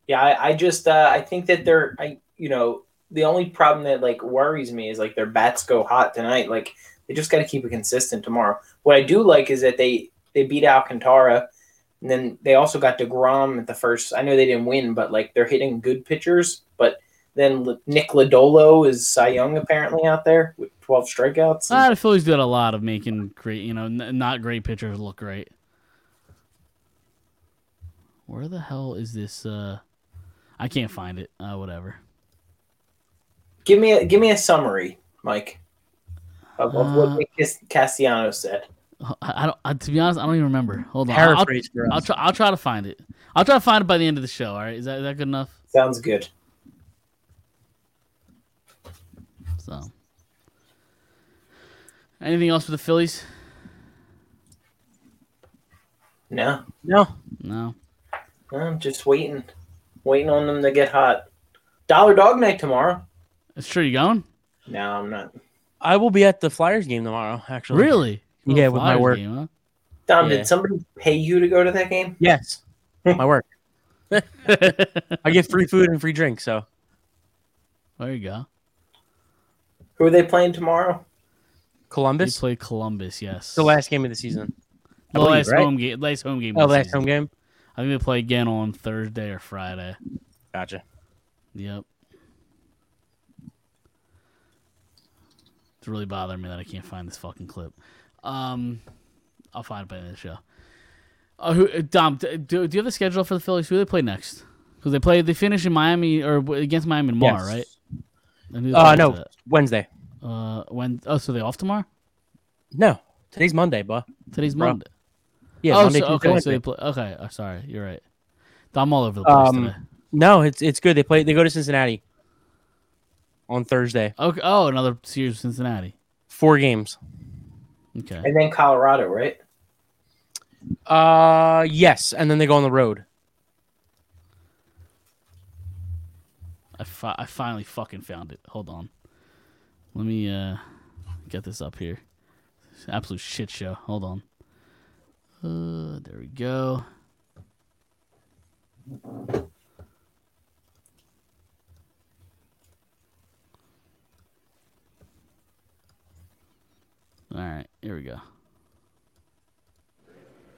Speaker 3: Yeah, I, I just uh, I think that they're I you know the only problem that like worries me is like their bats go hot tonight. Like they just got to keep it consistent tomorrow. What I do like is that they they beat Alcantara, and then they also got Degrom at the first. I know they didn't win, but like they're hitting good pitchers. But then L- Nick Lodolo is Cy Young apparently out there with twelve strikeouts.
Speaker 1: Ah, the Phillies did a lot of making great, you know, n- not great pitchers look great. Where the hell is this? Uh, I can't find it. Uh, whatever.
Speaker 3: give me a give me a summary, Mike, of, of
Speaker 1: Uh,
Speaker 3: what Nick Cas- Castellanos said.
Speaker 1: I, I don't. I, to be honest, I don't even remember. Hold on. I'll,
Speaker 2: Paraphrase for
Speaker 1: I'll
Speaker 2: us.
Speaker 1: try. I'll try to find it. I'll try to find it by the end of the show. All right. Is that is that good enough?
Speaker 3: Sounds good.
Speaker 1: So, anything else for the Phillies?
Speaker 3: No.
Speaker 2: No,
Speaker 1: No.
Speaker 3: I'm just waiting, waiting on them to get hot. Dollar Dog Night tomorrow.
Speaker 1: It's true. You going?
Speaker 3: No, I'm not.
Speaker 2: I will be at the Flyers game tomorrow. Actually,
Speaker 1: Really?
Speaker 2: Yeah,
Speaker 1: Little
Speaker 2: with my
Speaker 1: Flyers
Speaker 2: work.
Speaker 1: game, huh?
Speaker 3: Dom,
Speaker 2: Yeah.
Speaker 3: did somebody pay you to go to that game?
Speaker 2: Yes, my work. I get free food and free drink, so
Speaker 1: there you go.
Speaker 3: Who are they playing tomorrow?
Speaker 1: They
Speaker 2: Columbus.
Speaker 1: play Columbus. Yes.
Speaker 2: It's the last game of the season.
Speaker 1: The
Speaker 2: I believe,
Speaker 1: last
Speaker 2: right?
Speaker 1: home game. Last home game.
Speaker 2: Oh,
Speaker 1: of the
Speaker 2: last
Speaker 1: season.
Speaker 2: home game.
Speaker 1: I think they play again on Thursday or Friday.
Speaker 2: Gotcha.
Speaker 1: Yep. It's really bothering me that I can't find this fucking clip. Um, I'll find it by the end of the show. Uh, who, uh, Dom, d- do, do you have the schedule for the Phillies? Who do they play next? Because they play, they finish in Miami or w- against Miami tomorrow,
Speaker 2: Yes.
Speaker 1: right? And who do they
Speaker 2: Uh,
Speaker 1: play
Speaker 2: no,
Speaker 1: after
Speaker 2: Wednesday.
Speaker 1: that? Uh, when? Oh, so they off tomorrow?
Speaker 2: No, today's Monday, but
Speaker 1: Today's
Speaker 2: Bro.
Speaker 1: Monday.
Speaker 2: yeah,
Speaker 1: oh,
Speaker 2: Monday,
Speaker 1: so,
Speaker 2: Tuesday,
Speaker 1: okay. So
Speaker 2: Wednesday.
Speaker 1: they play. Okay, oh, sorry, you're right. I'm all over the place
Speaker 2: Um,
Speaker 1: today.
Speaker 2: No, it's it's good. They play. They go to Cincinnati on Thursday.
Speaker 1: Okay. Oh, another series with Cincinnati.
Speaker 2: Four games.
Speaker 1: Okay.
Speaker 3: And then Colorado, right?
Speaker 2: Uh, yes, and then they go on the road.
Speaker 1: I, fi- I finally fucking found it. Hold on. Let me uh get this up here. It's an absolute shit show. Hold on. Uh, there we go. All right, here we go.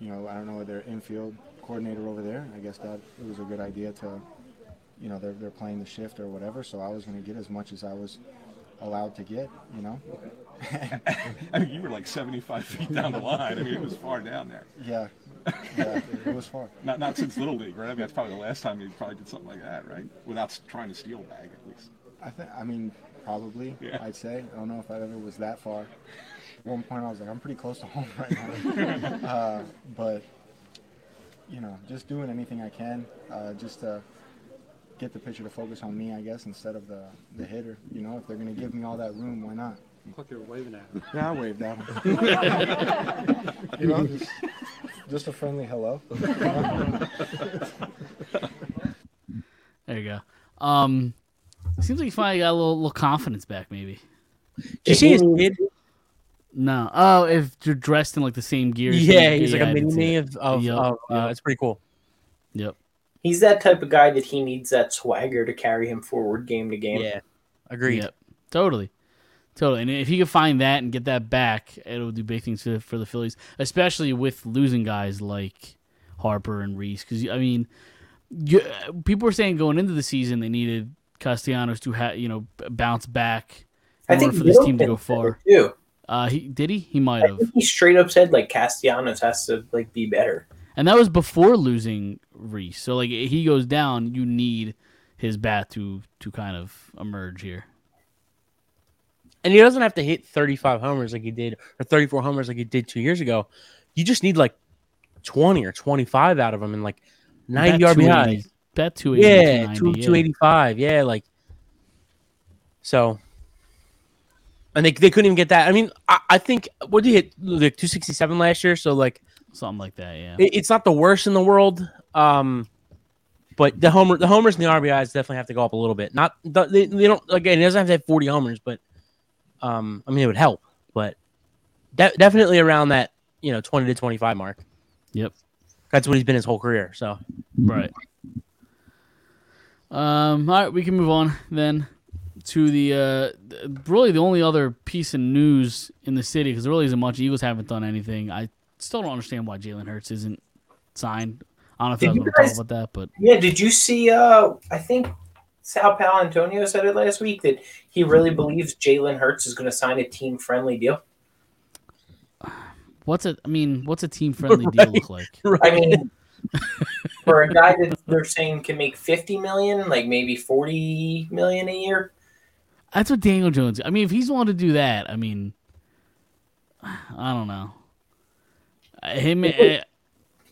Speaker 4: you know, I don't know their infield coordinator over there. I guess that it was a good idea to, you know, they're, they're playing the shift or whatever. So I was going to get as much as I was allowed to get, you know.
Speaker 5: I mean, you were like 75 feet down the line. I mean, it was far down there.
Speaker 4: Yeah, yeah it was far.
Speaker 5: Not not since Little League, right? I mean, that's probably the last time you probably did something like that, right? Without s- trying to steal a bag, at least.
Speaker 4: I think. I mean, probably.
Speaker 5: Yeah.
Speaker 4: I'd say. I don't know if I ever was that far. At one point, I was like, I'm pretty close to home right now. uh, but you know, just doing anything I can, uh, just to get the pitcher to focus on me, I guess, instead of the the hitter. You know, if they're gonna give me all that room, why not?
Speaker 6: Fuck, you're waving at him.
Speaker 4: Yeah, I waved at him. you know, just, just a friendly hello.
Speaker 1: There you go. Um, seems like you finally got a little, little confidence back, maybe.
Speaker 2: Did you see his kid?
Speaker 1: No. Oh, if you're dressed in like the same gear. as
Speaker 2: Yeah,
Speaker 1: him,
Speaker 2: he's like
Speaker 1: I
Speaker 2: a
Speaker 1: did
Speaker 2: mini
Speaker 1: see
Speaker 2: me
Speaker 1: that.
Speaker 2: of, of,
Speaker 1: Yup,
Speaker 2: of uh,
Speaker 1: yup.
Speaker 2: it's pretty cool.
Speaker 1: Yep.
Speaker 3: He's that type of guy that he needs that swagger to carry him forward game to game.
Speaker 2: Yeah, agreed.
Speaker 1: Yep. Totally. Totally. And if you could find that and get that back, it'll do big things for the, for the Phillies, especially with losing guys like Harper and Reese. Because, I mean, you, people were saying going into the season they needed Castellanos to, ha- you know, b- bounce back in
Speaker 3: I think
Speaker 1: order for this team to
Speaker 3: Middleton
Speaker 1: go
Speaker 3: said it
Speaker 1: far.
Speaker 3: Too.
Speaker 1: Uh, he, did he? He might
Speaker 3: I
Speaker 1: have.
Speaker 3: think he straight up said like Castellanos has to like be better.
Speaker 1: And that was before losing Reese. So, like, if he goes down, you need his bat to, to kind of emerge here.
Speaker 2: And he doesn't have to hit 35 homers like he did or 34 homers like he did two years ago. You just need like 20 or 25 out of him and like 90
Speaker 1: Bat
Speaker 2: RBIs.
Speaker 1: 280 Bat 280.
Speaker 2: Yeah,
Speaker 1: 290,
Speaker 2: two,
Speaker 1: yeah.
Speaker 2: 285. Yeah, like so. And they, they couldn't even get that. I mean, I, I think what did he hit like 267 last year? So like
Speaker 1: Something like that, yeah.
Speaker 2: it, it's not the worst in the world. Um, but the homer the homers and the RBIs definitely have to go up a little bit. Not the- they, they don't again. He doesn't have to have 40 homers, but um, I mean it would help. But de- definitely around that you know 20 to 25 mark.
Speaker 1: Yep.
Speaker 2: That's what he's been his whole career. So
Speaker 1: Right. Um, all right, we can move on then to the uh, th- really the only other piece of news in the city because there really isn't much. Eagles haven't done anything. I still don't understand why Jalen Hurts isn't signed. I don't know if
Speaker 3: Did
Speaker 1: I was
Speaker 3: you
Speaker 1: going to
Speaker 3: guys-
Speaker 1: talk about that, but
Speaker 3: Yeah, did you see? Uh, I think Sal Palantonio said it last week that he really believes Jalen Hurts is going to sign a team friendly deal.
Speaker 1: what's a I mean, what's a team friendly deal look like?
Speaker 3: I mean, for a guy that they're saying can make fifty million, like maybe forty million a year,
Speaker 1: That's what Daniel Jones. I mean, if he's willing to do that, I mean, I don't know. Uh, Him, eh,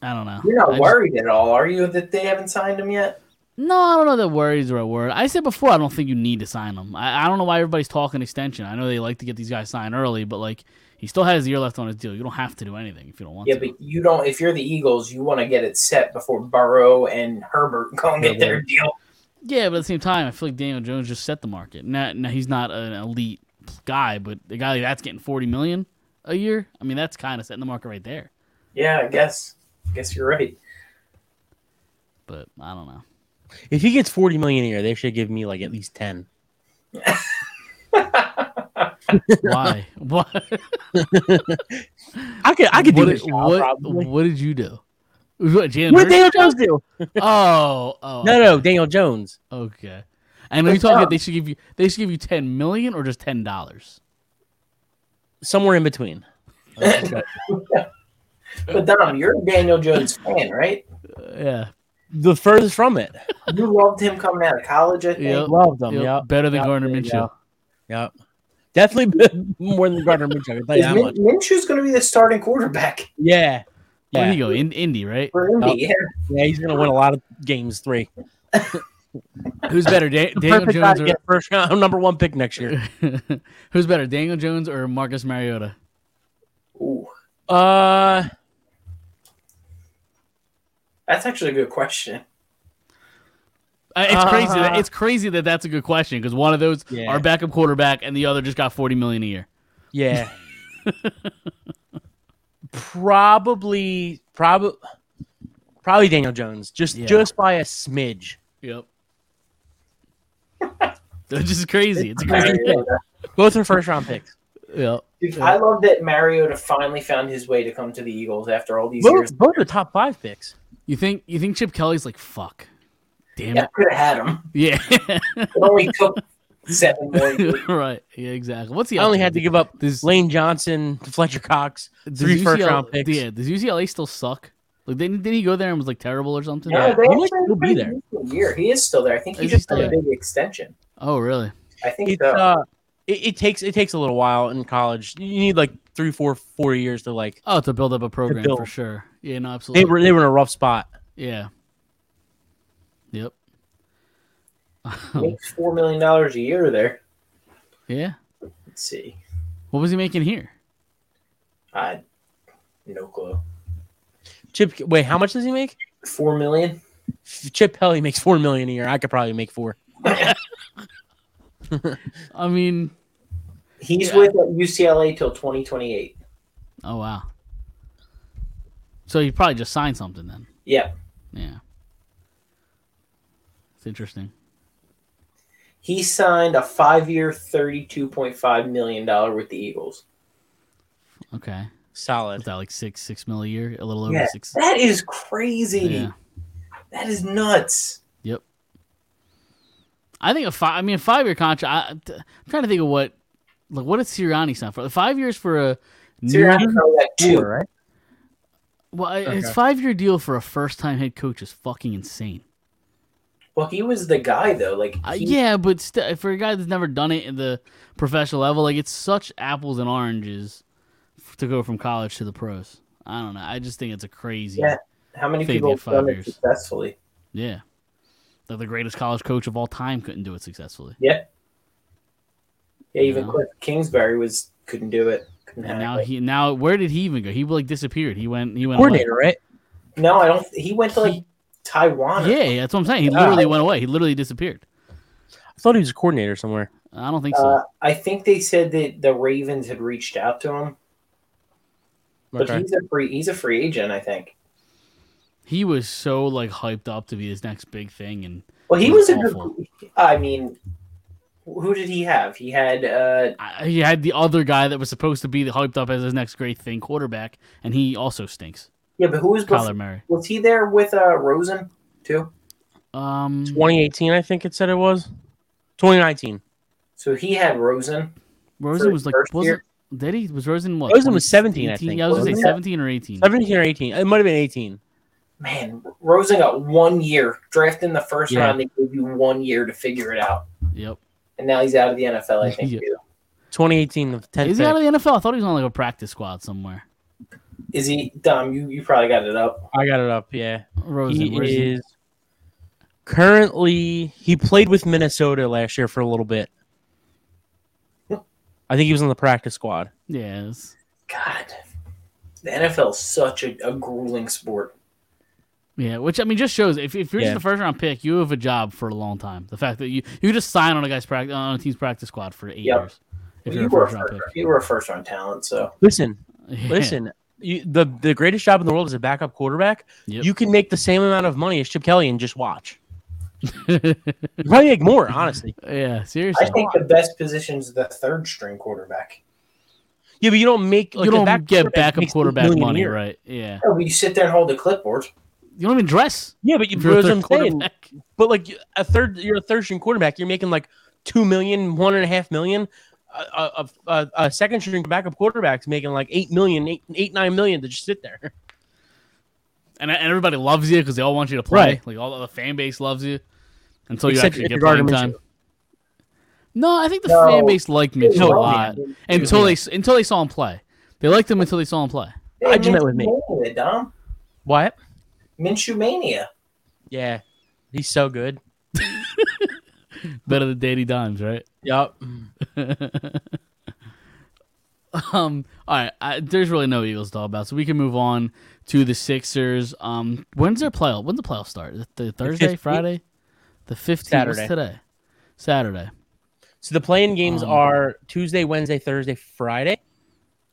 Speaker 1: I don't know.
Speaker 3: you're
Speaker 1: I
Speaker 3: not
Speaker 1: just-
Speaker 3: worried at all, are you? That they haven't signed him yet?
Speaker 1: No, I don't know that worries are a word. I said before, I don't think you need to sign him. I, I don't know why everybody's talking extension. I know they like to get these guys signed early, but like he still has a year left on his deal. You don't have to do anything if you don't want
Speaker 3: Yeah,
Speaker 1: to.
Speaker 3: but you don't. If you're the Eagles, you want to get it set before Burrow and Herbert go and get their deal.
Speaker 1: yeah, but at the same time, I feel like Daniel Jones just set the market. Now, now he's not an elite guy, but the guy like that's getting forty million a year. I mean, that's kind of setting the market right there.
Speaker 3: Yeah, I guess. I guess you're right.
Speaker 1: But I don't know.
Speaker 2: if he gets 40 million a year, they should give me like at least 10.
Speaker 1: Why? Why?
Speaker 2: I could I could do
Speaker 1: what,
Speaker 2: this.
Speaker 1: did-
Speaker 2: job,
Speaker 1: what,
Speaker 2: probably.
Speaker 1: what did you do? What, Jalen
Speaker 2: What did
Speaker 1: Hurts?
Speaker 2: Daniel Jones do?
Speaker 1: Oh, oh.
Speaker 2: No, no, Daniel Jones.
Speaker 1: Okay. And are you
Speaker 3: Good
Speaker 1: talking
Speaker 3: job.
Speaker 1: they should give you they should give you ten million or just ten dollars?
Speaker 2: Somewhere in between.
Speaker 3: But Dom, you're a Daniel Jones fan, right?
Speaker 2: Uh,
Speaker 1: yeah.
Speaker 2: The furthest from it.
Speaker 3: You loved him coming out of college, I think.
Speaker 1: Yep.
Speaker 2: Loved them.
Speaker 1: Yep,
Speaker 2: Yeah.
Speaker 1: Better than
Speaker 2: Yep,
Speaker 1: Gardner
Speaker 2: there you
Speaker 1: Minshew.
Speaker 2: go. Yep. Definitely b- more than Gardner Minshew. I can tell you
Speaker 3: Is
Speaker 2: that
Speaker 3: Min-
Speaker 2: much.
Speaker 3: Minshew's going to be the starting quarterback
Speaker 2: Yeah.
Speaker 1: Where do
Speaker 2: Yeah.
Speaker 1: you go? In Indy, right?
Speaker 3: for Indy. Yeah.
Speaker 2: yeah, he's gonna win a lot of games three.
Speaker 1: Who's better, da- Daniel
Speaker 2: Perfect guy
Speaker 1: Jones
Speaker 2: to get first round number one pick next year.
Speaker 1: or Who's better, Daniel Jones or Marcus Mariota?
Speaker 3: Ooh,
Speaker 2: Uh
Speaker 3: that's actually a good question.
Speaker 1: Uh, it's crazy. That,
Speaker 2: Uh,
Speaker 1: it's crazy that that's a good question because one of those
Speaker 2: Yeah.
Speaker 1: are backup quarterback and the other just got forty million a year.
Speaker 2: yeah. probably probably probably Daniel Jones. Just
Speaker 1: Yeah.
Speaker 2: just by a smidge.
Speaker 1: Yep. That's just crazy. It's a crazy.
Speaker 3: Mariota.
Speaker 2: Both are first round picks.
Speaker 1: Yep.
Speaker 3: Dude, I love that Mariota finally found his way to come to the Eagles after all these years.
Speaker 2: Both, both are top five picks.
Speaker 1: You think you think Chip Kelly's like fuck? Damn
Speaker 3: Yeah, could have had him.
Speaker 1: it. Yeah.
Speaker 3: It only took seven more years.
Speaker 1: right. Yeah, exactly. What's the
Speaker 2: I only
Speaker 1: update?
Speaker 2: had to give up
Speaker 1: Does-
Speaker 2: Lane Johnson, Fletcher Cox,
Speaker 1: does
Speaker 2: three first
Speaker 1: UCLA
Speaker 2: round picks.
Speaker 1: Yeah, does UCLA still suck? Like didn't, didn't he go there and was like terrible or something?
Speaker 3: No, they
Speaker 2: He might
Speaker 3: actually
Speaker 2: still be
Speaker 3: had a pretty decent Year. He is still there. I think he
Speaker 1: Is he
Speaker 3: just
Speaker 1: still
Speaker 3: got a
Speaker 1: there?
Speaker 3: big extension.
Speaker 1: Oh really?
Speaker 3: I think
Speaker 2: it's
Speaker 3: so.
Speaker 2: uh, it, it takes it takes a little while in college. You need like three, four, four years to like.
Speaker 1: Oh, to build up a program for
Speaker 2: build.
Speaker 1: sure. Yeah, no, absolutely.
Speaker 2: They were they were in a rough spot.
Speaker 1: yeah. Yep.
Speaker 3: Make four million dollars a year there.
Speaker 1: Yeah.
Speaker 3: Let's see.
Speaker 1: What was he making here?
Speaker 3: I no clue.
Speaker 2: Chip, wait, how much does he make?
Speaker 3: Four million?
Speaker 2: Chip Kelly makes four million a year. I could probably make four.
Speaker 1: I mean,
Speaker 3: He's
Speaker 1: Yeah.
Speaker 3: with UCLA till twenty twenty eight.
Speaker 1: oh wow. So you probably just signed something then.
Speaker 3: Yeah.
Speaker 1: Yeah. It's interesting.
Speaker 3: He signed a five year thirty two point five million dollar with the Eagles.
Speaker 1: Okay. Is
Speaker 2: Solid.
Speaker 1: that like six six mil a year? A little over
Speaker 3: Yeah.
Speaker 1: six.
Speaker 3: That is crazy.
Speaker 1: Yeah.
Speaker 3: That is nuts.
Speaker 1: I think a five. I mean, a five-year contract. I, am trying to think of what, like, what did Sirianni sign for? Five years for a
Speaker 3: So
Speaker 1: new.
Speaker 3: you're not gonna let two.
Speaker 2: Four, right?
Speaker 1: Well, I- his
Speaker 2: Okay.
Speaker 1: five-year deal for a first-time head coach is fucking insane.
Speaker 3: Well, he was the guy though. Like
Speaker 1: Uh,
Speaker 3: he-
Speaker 1: yeah, but st- for a guy that's never done it at the professional level, like, it's such apples and oranges f- to go from college to the pros. I don't know. I just think it's a crazy.
Speaker 3: Yeah. How many
Speaker 1: Fade
Speaker 3: people
Speaker 1: me at
Speaker 3: have done
Speaker 1: five
Speaker 3: it
Speaker 1: years.
Speaker 3: successfully?
Speaker 1: Yeah. That the greatest college coach of all time couldn't do it successfully.
Speaker 3: Yeah, even
Speaker 1: Yeah.
Speaker 3: Cliff Kingsbury was couldn't do it. Couldn't
Speaker 1: And
Speaker 3: hack
Speaker 1: now
Speaker 3: it.
Speaker 1: he now where did he even go? He like disappeared. He went he went away.
Speaker 2: Coordinator, right?
Speaker 3: no, I don't. He went to like
Speaker 1: He-
Speaker 3: Taiwan. or
Speaker 1: Yeah, that's what I'm saying. He
Speaker 3: Yeah.
Speaker 1: literally went away. He literally disappeared.
Speaker 2: I thought he was a coordinator somewhere.
Speaker 1: I don't think so.
Speaker 3: Uh, I think they said that the Ravens had reached out to him, but
Speaker 2: Okay.
Speaker 3: he's a free he's a free agent, I think.
Speaker 1: he was so like hyped up to be this next big thing, and
Speaker 3: Well, he
Speaker 1: That's
Speaker 3: was a good.
Speaker 1: awful.
Speaker 3: I mean, who did he have? He had uh,
Speaker 1: I, he had the other guy that was supposed to be hyped up as his next great thing, quarterback, and he also stinks.
Speaker 3: yeah, but who was bef-
Speaker 1: Kyler Murray.
Speaker 3: was he there with uh Rosen too?
Speaker 1: Um,
Speaker 2: 2018, I think it said it was. 2019.
Speaker 3: So he had Rosen.
Speaker 1: Rosen was like
Speaker 3: first
Speaker 1: was
Speaker 3: year?
Speaker 1: did he was Rosen what?
Speaker 2: Rosen was 17, I
Speaker 1: 18?
Speaker 2: think,
Speaker 1: Yeah, I was gonna say
Speaker 3: wasn't it?
Speaker 1: seventeen or eighteen.
Speaker 2: 17 or 18. It might have been 18.
Speaker 3: Man, Rosen got one year drafted in the first
Speaker 2: Yeah.
Speaker 3: round. They gave you one year to figure it out,
Speaker 1: Yep.
Speaker 3: and now he's out of the NFL. I think.
Speaker 1: Yeah.
Speaker 3: too.
Speaker 2: 2018 of 10
Speaker 1: Is he out of the NFL? I thought he was on like a practice squad somewhere.
Speaker 3: Is he Dom? You you probably got it up.
Speaker 2: I got it up. Yeah.
Speaker 1: Rosen
Speaker 2: He
Speaker 1: where's he?
Speaker 2: is currently, he played with Minnesota last year for a little bit. I think he was on the practice squad.
Speaker 1: Yes.
Speaker 3: God, the NFL is such a, a grueling sport.
Speaker 1: Yeah, which I mean just shows if, if you're
Speaker 2: Yeah.
Speaker 1: just a first round pick, you have a job for a long time. The fact that you you just sign on a guy's practice on a team's practice squad for eight
Speaker 3: Yep.
Speaker 1: years. If
Speaker 3: Well,
Speaker 1: you're
Speaker 3: you
Speaker 1: a
Speaker 3: were a
Speaker 1: first round
Speaker 3: fir-
Speaker 1: pick.
Speaker 3: you were a first round talent, so
Speaker 2: Listen,
Speaker 1: Yeah.
Speaker 2: listen. You, the the greatest job in the world is a backup quarterback.
Speaker 1: Yep.
Speaker 2: You can make the same amount of money as Chip Kelly and just watch. You probably make more, honestly.
Speaker 1: yeah, seriously.
Speaker 3: I think the best position is the third string quarterback.
Speaker 2: Yeah, but you don't make like,
Speaker 1: you
Speaker 2: the
Speaker 1: don't
Speaker 2: backup
Speaker 1: get
Speaker 2: quarterback
Speaker 1: backup
Speaker 2: makes a
Speaker 1: quarterback
Speaker 2: million a
Speaker 1: money,
Speaker 2: year.
Speaker 1: right? Yeah.
Speaker 3: Oh, but you sit there and hold the clipboard.
Speaker 1: You don't even dress.
Speaker 2: Yeah, but you
Speaker 1: if you're a
Speaker 2: that's what
Speaker 1: third
Speaker 2: I'm saying.
Speaker 1: quarterback.
Speaker 2: But like a third, you're a third string quarterback. You're making like two million, one and a half million. A, a, a, a second string backup quarterback's making like eight million, eight, eight nine million to just sit there.
Speaker 1: And, and everybody loves you because they all want you to play.
Speaker 2: Right.
Speaker 1: Like all the fan base loves you until you
Speaker 2: Except
Speaker 1: actually get
Speaker 2: if you're
Speaker 1: playing
Speaker 2: Gardner
Speaker 1: time. No, I think the
Speaker 3: No.
Speaker 1: fan base liked Mitchell a
Speaker 2: No,
Speaker 1: lot
Speaker 3: They
Speaker 1: until they until they saw him play. They liked him until they saw him play.
Speaker 3: had
Speaker 2: How'd you met with me?
Speaker 3: Minshew Mania, Dom.
Speaker 2: What?
Speaker 3: Minshew Mania.
Speaker 2: Yeah, he's so good.
Speaker 1: Better than Danny Dimes, right?
Speaker 2: Yup.
Speaker 1: Um. All right. I, there's really no Eagles to talk about, so we can move on to the Sixers. Um. When's their playoff? When's the playoff start? The, the Thursday,
Speaker 2: 15th?
Speaker 1: Friday, the fifteenth.
Speaker 2: Saturday.
Speaker 1: today? Saturday.
Speaker 2: So the playing games
Speaker 1: Um,
Speaker 2: are Tuesday, Wednesday, Thursday, Friday,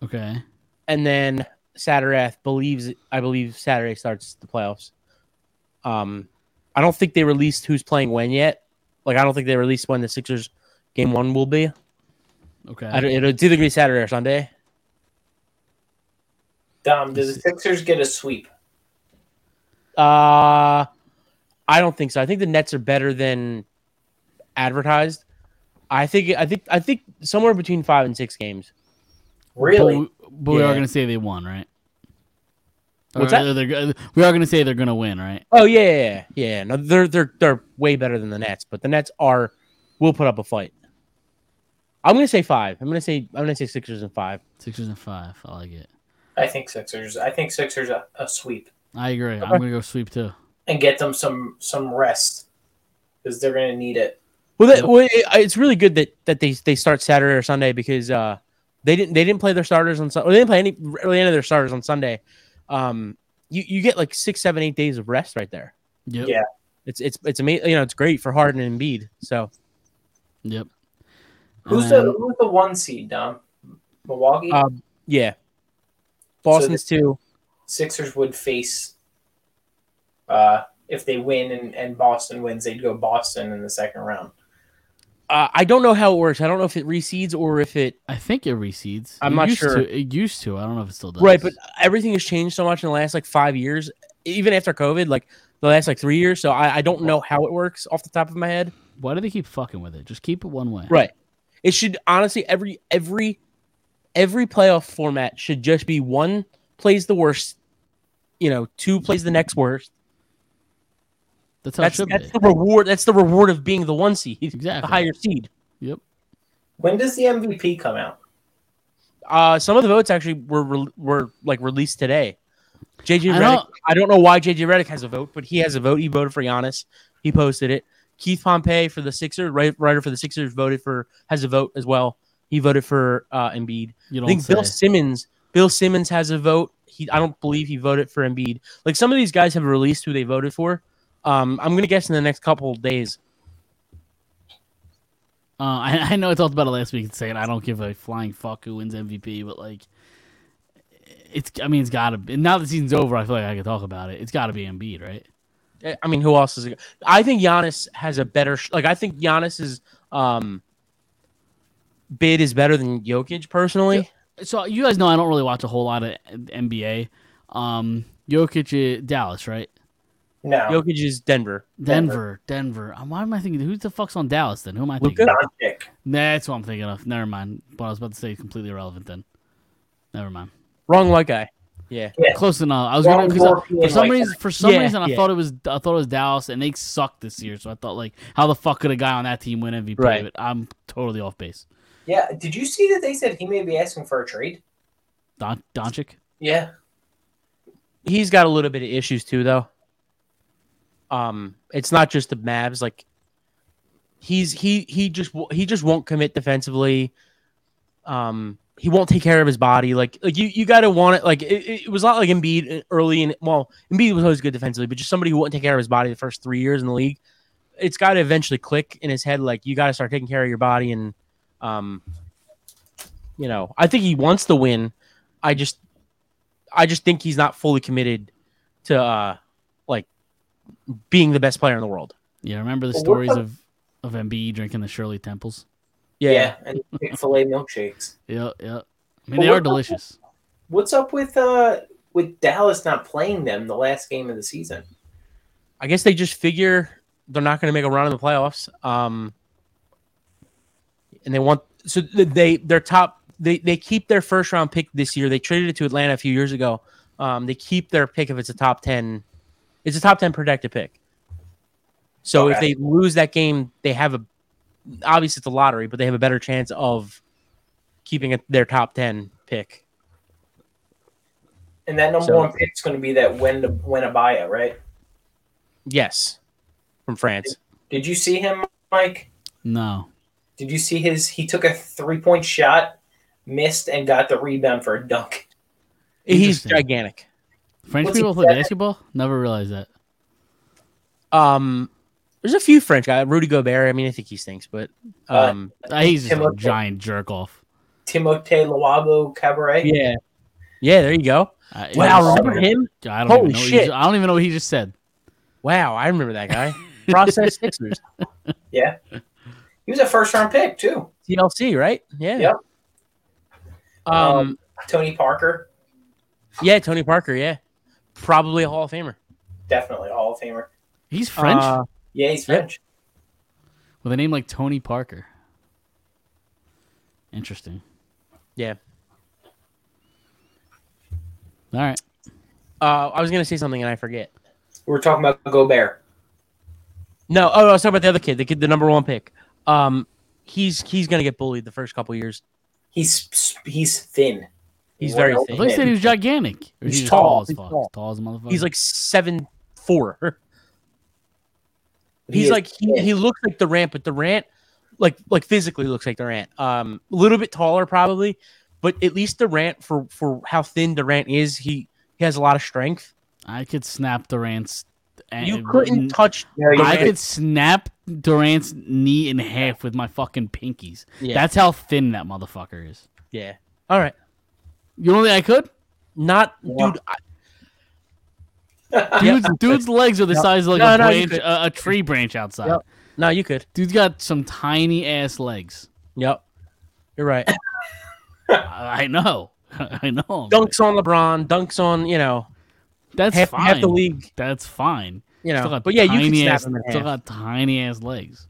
Speaker 1: Okay.
Speaker 2: and then Saturday. I believes I believe Saturday starts the playoffs. Um, I don't think they released who's playing when yet. Like I don't think they released when the Sixers game one will be.
Speaker 1: Okay.
Speaker 2: I don't, it'll it's either be Saturday or Sunday.
Speaker 3: Dom, do the Sixers get a sweep?
Speaker 2: Uh, I don't think so. I think the Nets are better than advertised. I think I think I think somewhere between five and six games.
Speaker 3: Really?
Speaker 1: But, we, but we are
Speaker 2: Yeah.
Speaker 1: going to say they won, right?
Speaker 2: What's
Speaker 1: Or they're- we are going to say they're going to win, right?
Speaker 2: Oh yeah, yeah, yeah. No, they're they're they're way better than the Nets, but the Nets are will put up a fight. I'm gonna say five. I'm gonna say I'm gonna say Sixers and five.
Speaker 1: Sixers and five. I like it.
Speaker 3: I think Sixers. I think Sixers a, a sweep
Speaker 1: I agree. I'm gonna go sweep too.
Speaker 3: and get them some some rest because they're gonna need it.
Speaker 2: Well, that, well, it- it's really good that that they they start Saturday or Sunday because uh, they didn't they didn't play their starters on Sunday. They didn't play any really any of their starters on Sunday. Um, you you get like six, seven, eight days of rest right there.
Speaker 1: Yep.
Speaker 3: Yeah.
Speaker 2: It's it's it's amazing. You know, it's great for Harden and Embiid. So
Speaker 1: Yep.
Speaker 3: Who's
Speaker 1: And
Speaker 3: the
Speaker 1: then-
Speaker 3: who's the one seed, Dom? Milwaukee.
Speaker 2: Uh, yeah, Boston's two.
Speaker 3: Sixers would face. Uh, if they win and, and Boston wins, they'd go Boston in the second round.
Speaker 2: Uh, I don't know how it works. I don't know if it reseeds or if it
Speaker 1: I think it reseeds.
Speaker 2: I'm
Speaker 1: It
Speaker 2: not
Speaker 1: used to-
Speaker 2: sure.
Speaker 1: it used to. I don't know if it still does.
Speaker 2: Right, but everything has changed so much in the last like five years, even after COVID, like the last like three years. So I, I don't know how it works off the top of my head.
Speaker 1: why do they keep fucking with it? Just keep it one way.
Speaker 2: Right. It should honestly every every every playoff format should just be one plays the worst, you know, two plays the next worst.
Speaker 1: That's how
Speaker 2: That's
Speaker 1: it should
Speaker 2: that's
Speaker 1: be.
Speaker 2: the reward. That's the reward of being the one seed, the
Speaker 1: Exactly.
Speaker 2: higher seed.
Speaker 3: When does the MVP come out?
Speaker 2: Uh, some of the votes actually were re- were like released today. JJ
Speaker 1: I
Speaker 2: Redick,
Speaker 1: don't-
Speaker 2: I don't know why JJ Redick has a vote, but he has a vote. He voted for Giannis. He posted it. Keith Pompey for the Sixers, right, writer for the Sixers, voted for has a vote as well. He voted for uh, Embiid.
Speaker 1: You
Speaker 2: I
Speaker 1: don't
Speaker 2: think
Speaker 1: say.
Speaker 2: Bill Simmons. Bill Simmons has a vote. He, I don't believe he voted for Embiid. Like some of these guys have released who they voted for. Um, I'm gonna guess in the next couple of days.
Speaker 1: Uh, I, I know I talked about it last week and saying I don't give a flying fuck who wins MVP, but like, it's. I mean, it's gotta. be Now the season's over, I feel like I can talk about it. It's gotta be Embiid, right?
Speaker 2: I- I mean, who else is? it- I think Giannis has a better. sh- Like, I think Giannis's um, bid is better than Jokic personally.
Speaker 1: So you guys know I don't really watch a whole lot of NBA. Um, Jokic, i- Dallas, right?
Speaker 3: No,
Speaker 2: Jokic is Denver.
Speaker 1: Denver, Denver. Um, Why am I thinking? Who the fuck's on Dallas then? Who am I
Speaker 2: Luka?
Speaker 1: thinking? of?
Speaker 3: Doncic.
Speaker 1: Nah, that's what I'm thinking of. Never mind. What I was about to say is completely irrelevant then. Never mind.
Speaker 2: Wrong white guy. Yeah,
Speaker 1: Close enough. I was
Speaker 3: Well,
Speaker 1: gonna 'cause I,
Speaker 3: European
Speaker 1: for some
Speaker 3: white
Speaker 1: reason for some
Speaker 2: Yeah,
Speaker 1: reason I
Speaker 2: yeah.
Speaker 1: thought it was I thought it was Dallas and they sucked this year. So I thought like how the fuck could a guy on that team win MVP?
Speaker 2: Right.
Speaker 1: But I'm totally off base.
Speaker 3: Yeah, did you see that they said he may be asking for a trade?
Speaker 1: Don Doncic.
Speaker 3: Yeah,
Speaker 2: he's got a little bit of issues too, though. Um, it's not just the Mavs. Like, he's he he just w- he just won't commit defensively. Um, he won't take care of his body. Like, like you you got to want it. Like, it, it- it was not like Embiid early in. Well, Embiid was always good defensively, but just somebody who won't take care of his body the first three years in the league. It's got to eventually click in his head. Like, you got to start taking care of your body, and um, you know, I think he wants the win. I just, I just think he's not fully committed to uh, like being the best player in the world.
Speaker 1: Yeah, remember the
Speaker 3: Well, what
Speaker 1: stories
Speaker 3: the-
Speaker 1: of of MB drinking the Shirley Temples.
Speaker 3: yeah, and Chick Fil A milkshakes.
Speaker 1: Yeah, yeah. I mean
Speaker 3: Well,
Speaker 1: they
Speaker 3: what
Speaker 1: are
Speaker 3: the-
Speaker 1: delicious.
Speaker 3: What's up with uh with Dallas not playing them the last game of the season?
Speaker 2: I guess they just figure they're not going to make a run in the playoffs. Um, and they want so th- they their top they they keep their first round pick this year. They traded it to Atlanta a few years ago. Um, they keep their pick if it's a top ten. It's a top ten protected pick. So if
Speaker 3: Okay.
Speaker 2: they lose that game, they have a obviously it's a lottery, but they have a better chance of keeping it their top ten pick.
Speaker 3: And that number
Speaker 2: So-
Speaker 3: one pick's going to be that when when Abaya, right?
Speaker 2: Yes, from France.
Speaker 3: Did you see him, Mike?
Speaker 1: No.
Speaker 3: Did you see his? He took a three point shot, missed, and got the rebound for a dunk.
Speaker 2: He's
Speaker 1: Interesting.
Speaker 2: gigantic.
Speaker 1: French
Speaker 3: What's
Speaker 1: people
Speaker 3: he
Speaker 1: play
Speaker 3: said?
Speaker 1: basketball? Never realized that.
Speaker 2: Um, there's a few French guys. Rudy Gobert. I mean, I think he stinks, but um,
Speaker 1: Ah, he's just a
Speaker 3: Timothy.
Speaker 1: giant jerk off.
Speaker 3: Timote Luabo Cabaret.
Speaker 2: yeah, yeah. There you go.
Speaker 1: I,
Speaker 2: Wow,
Speaker 3: was-
Speaker 2: remember him?
Speaker 1: I don't even
Speaker 2: Holy
Speaker 1: know What he,
Speaker 2: shit.
Speaker 1: ju- I don't even know what he just said.
Speaker 2: Wow, I remember that guy. Process Sixers,
Speaker 3: He was a first round pick too.
Speaker 2: TLC, right? Yeah.
Speaker 3: Yep.
Speaker 2: Um.
Speaker 3: Tony Parker,
Speaker 2: Yeah, Tony Parker. Yeah, probably a Hall of Famer.
Speaker 3: definitely a Hall of Famer.
Speaker 1: He's French
Speaker 2: Uh,
Speaker 3: Yeah, he's
Speaker 2: Yep.
Speaker 3: French.
Speaker 1: with a name like Tony Parker. Interesting.
Speaker 2: Yeah.
Speaker 1: All right.
Speaker 2: uh, I was gonna say something and I forget.
Speaker 3: We were talking about Gobert.
Speaker 2: No. Oh, I was talking about the other kid. The kid, the number one pick. Um, he's he's gonna get bullied the first couple years.
Speaker 3: He's he's thin.
Speaker 2: He's very
Speaker 3: Well,
Speaker 1: I
Speaker 2: thin.
Speaker 1: thought you said he was gigantic. Or
Speaker 2: He's
Speaker 1: he was
Speaker 2: tall.
Speaker 1: as
Speaker 2: He's
Speaker 1: fuck.
Speaker 2: tall.
Speaker 1: Tall as a motherfucker.
Speaker 2: He's like seven four.
Speaker 3: He
Speaker 2: He's
Speaker 3: is
Speaker 2: like he,
Speaker 3: thin.
Speaker 2: he looks like Durant, but Durant like like physically looks like Durant. Um, a little bit taller probably, but at least Durant for for how thin Durant is, he he has a lot of strength.
Speaker 1: I could snap Durant's.
Speaker 2: You couldn't touch.
Speaker 3: No, you
Speaker 1: I
Speaker 2: Durant.
Speaker 1: could snap Durant's knee in half with my fucking pinkies.
Speaker 2: Yeah.
Speaker 1: That's how thin that motherfucker is.
Speaker 2: Yeah. All right.
Speaker 1: You don't think I could?
Speaker 2: Not
Speaker 3: Yeah.
Speaker 2: dude. I,
Speaker 1: Dude's, dude's legs are the
Speaker 2: Yep.
Speaker 1: size of like
Speaker 2: No,
Speaker 1: a,
Speaker 2: no, you
Speaker 1: branch,
Speaker 2: could.
Speaker 1: a, a tree branch outside.
Speaker 2: Yep. no, you could.
Speaker 1: Dude's got some tiny ass legs.
Speaker 2: Yep. You're right.
Speaker 1: I, I know. I know. I'm
Speaker 2: Dunks on LeBron. Dunks on you know
Speaker 1: like, That's
Speaker 2: half,
Speaker 1: fine.
Speaker 2: half the league.
Speaker 1: That's fine.
Speaker 2: You
Speaker 1: Still
Speaker 2: know.
Speaker 1: got
Speaker 2: But yeah, you can
Speaker 1: tiny
Speaker 2: snap
Speaker 1: ass,
Speaker 2: him in
Speaker 1: Still
Speaker 2: half.
Speaker 1: got tiny ass legs.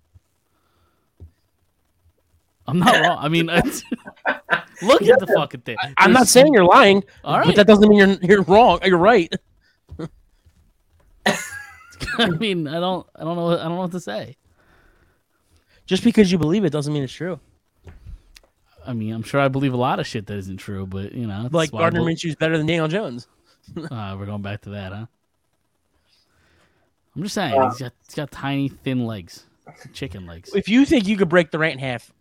Speaker 1: I'm not wrong. I mean, it's- look at the fucking thing.
Speaker 2: I'm not
Speaker 1: There's-
Speaker 2: saying you're lying,
Speaker 1: All right.
Speaker 2: but that doesn't mean you're you're wrong. You're right.
Speaker 1: I mean, I don't, I don't know, I don't know what to say.
Speaker 2: Just because you believe it doesn't mean it's true.
Speaker 1: I mean, I'm sure I believe a lot of shit that isn't true, but you know, that's
Speaker 2: Like
Speaker 1: why I
Speaker 2: Gardner
Speaker 1: bel-
Speaker 2: Minshew's better than Daniel Jones.
Speaker 1: Ah, we're going back to that, huh? I'm just saying,
Speaker 3: Yeah.
Speaker 1: he's got, he's got tiny, thin legs, chicken legs.
Speaker 2: If you think you could break Durant in half,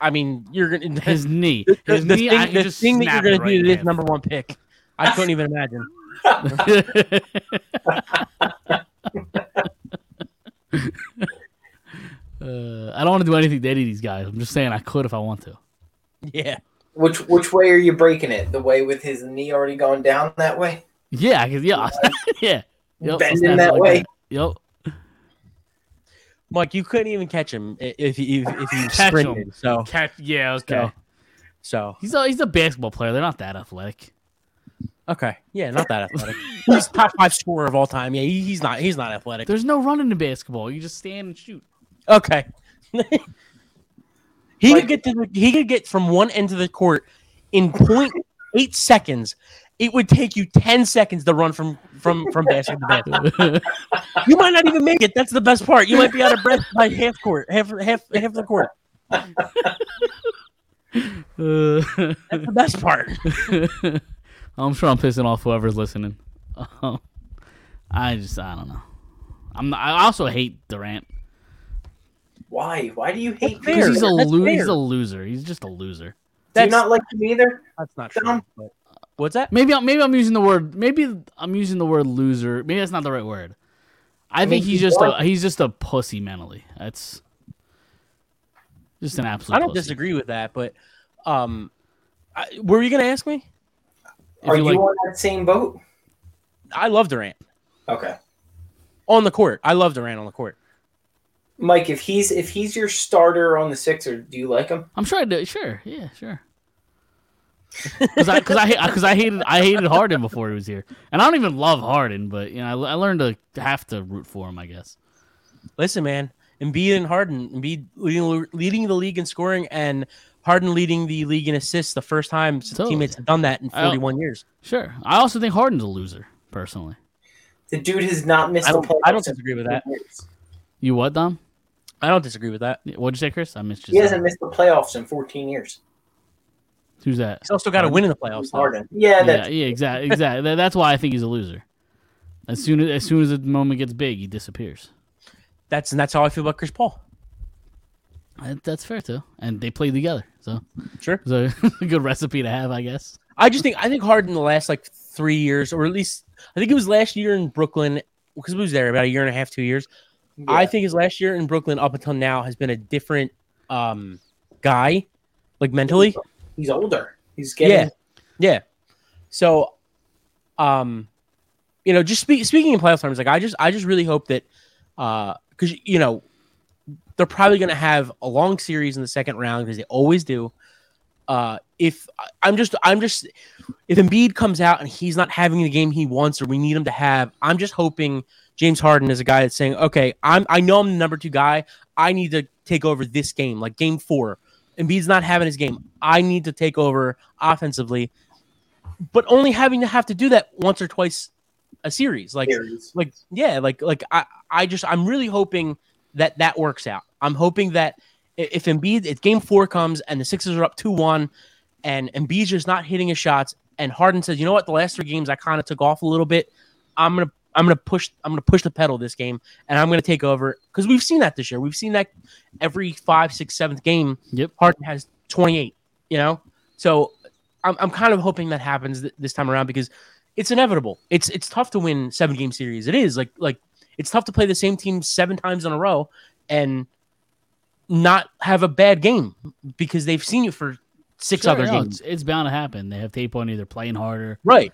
Speaker 2: I mean, you're gonna
Speaker 1: His knee,
Speaker 2: the,
Speaker 1: his
Speaker 2: the
Speaker 1: knee, I
Speaker 2: thing,
Speaker 1: can
Speaker 2: the
Speaker 1: just
Speaker 2: thing that you're
Speaker 1: snap
Speaker 2: gonna
Speaker 1: it
Speaker 2: do to
Speaker 1: right
Speaker 2: this number one pick. I couldn't even imagine.
Speaker 1: in half. Uh, I don't want to do anything to any of these guys. I'm just saying I could if I want to.
Speaker 2: Yeah,
Speaker 3: Which which way are you breaking it? The way with his knee already going down that way?
Speaker 1: Yeah, I could, yeah, I'll- yeah. I'll
Speaker 3: Bending
Speaker 1: snap it
Speaker 3: that way.
Speaker 1: Yep.
Speaker 2: Mike, you couldn't even catch him i- if you if, if you
Speaker 1: Catch
Speaker 2: sprinted. So
Speaker 1: Cat, yeah,
Speaker 2: okay. so
Speaker 1: He's a, he's a basketball player. They're not that athletic.
Speaker 2: okay, yeah, not that athletic. he's top five scorer of all time. Yeah, he, he's not he's not athletic.
Speaker 1: There's no running in basketball. You just stand and shoot.
Speaker 2: Okay. he
Speaker 3: Like-
Speaker 2: could get to the, he could get from one end of the court in point eight seconds. It would take you ten seconds to run from from from basket to basket. You might not even make it. That's the best part. You might be out of breath by half court, half half half the court.
Speaker 1: Uh,
Speaker 2: That's the best part.
Speaker 1: I'm sure I'm pissing off whoever's listening. Um, I just I don't know. I'm I also hate Durant
Speaker 3: Why? Why do you hate
Speaker 2: That's
Speaker 3: me?
Speaker 1: because he's a
Speaker 2: Fair. That's
Speaker 1: lo- he's
Speaker 2: fair.
Speaker 1: a loser. He's just a loser.
Speaker 3: Do you
Speaker 2: That's
Speaker 3: not like him either?
Speaker 2: that's not true.
Speaker 3: dumb.
Speaker 2: but- What's that?
Speaker 1: Maybe I'm maybe I'm using the word maybe I'm using the word loser. Maybe that's not the right word. I, think
Speaker 3: mean,
Speaker 1: he's
Speaker 3: he's
Speaker 1: just a
Speaker 3: right.
Speaker 1: he's just a pussy mentally. That's just an absolute.
Speaker 2: I don't
Speaker 1: pussy.
Speaker 2: disagree with that, but um, I, were you gonna ask me?
Speaker 1: If
Speaker 3: Are
Speaker 1: you
Speaker 3: you
Speaker 1: like-
Speaker 3: on that same boat?
Speaker 2: I love Durant
Speaker 3: Okay.
Speaker 2: on the court. I love Durant on the court.
Speaker 3: Mike, if he's if he's your starter on the Sixer, do you like him?
Speaker 1: I'm sure I do. Sure, yeah, sure. Because I because I because I hated I hated Harden before he was here, and I don't even love Harden, but you know I, I learned to have to root for him, I guess.
Speaker 2: Listen, man, Embiid and Harden, Embiid leading, leading the league in scoring and Harden leading the league in assists the first time since
Speaker 1: Totally.
Speaker 2: teammates have done that in
Speaker 1: I don't-
Speaker 2: 41 years.
Speaker 1: Sure, I also think Harden's a loser personally.
Speaker 3: The dude has not missed
Speaker 2: I don't,
Speaker 3: a play.
Speaker 2: I don't disagree with that.
Speaker 1: You what, Dom?
Speaker 2: I don't disagree with that.
Speaker 1: What'd you say, Chris? I missed
Speaker 3: He
Speaker 1: you.
Speaker 3: hasn't missed the playoffs in 14 years.
Speaker 1: Who's that?
Speaker 2: He's also got to win in the playoffs. though.
Speaker 3: Harden. Yeah,
Speaker 1: Yeah,
Speaker 3: that's
Speaker 1: yeah, exactly, exactly. That- That's why I think he's a loser. As soon as as soon as the moment gets big, he disappears.
Speaker 2: That's and that's how I feel about Chris Paul.
Speaker 1: That- That's fair too, and they played together, so
Speaker 2: Sure.
Speaker 1: it's a good recipe to have, I guess.
Speaker 2: I just think I think Harden the last like three years, or at least I think it was last year in Brooklyn because we was there about a year and a half, two years. I think his last year in Brooklyn up until now has been a different um, guy, like mentally.
Speaker 3: he's older. He's getting
Speaker 2: Yeah. Yeah. So, um, you know, just spe- speaking in playoff terms, like I just, I just really hope that, uh, because you know, they're probably going to have a long series in the second round because they always do. Uh, if I- I'm just, I'm just, if Embiid comes out and he's not having the game he wants or we need him to have, I'm just hoping James Harden is a guy that's saying, okay, I'm, I know I'm the number two guy. I need to take over this game, like game four. Embiid's not having his game. I need to take over offensively, but only having to have to do that once or twice a series. Like,
Speaker 3: series.
Speaker 2: like yeah, like like I I just I'm really hoping that that works out. I'm hoping that I- If Embiid, if Game Four comes and the Sixers are up two one, and Embiid's just not hitting his shots, and Harden says, "You know what? The last three games I kind of took off a little bit. I'm gonna." I'm gonna push. I'm gonna push the pedal this game, and I'm gonna take over because we've seen that this year. We've seen that every five, six, seventh game.
Speaker 1: Yep.
Speaker 2: Harden has 28. You know, so I'm, I'm kind of hoping that happens th- this time around because it's inevitable. It's it's tough to win seven game series. It is like like it's tough to play the same team seven times in a row and not have a bad game because they've seen you for six
Speaker 1: Sure,
Speaker 2: other
Speaker 1: no,
Speaker 2: games.
Speaker 1: It's, it's bound to happen. They have tape on you. They're playing harder.
Speaker 2: Right.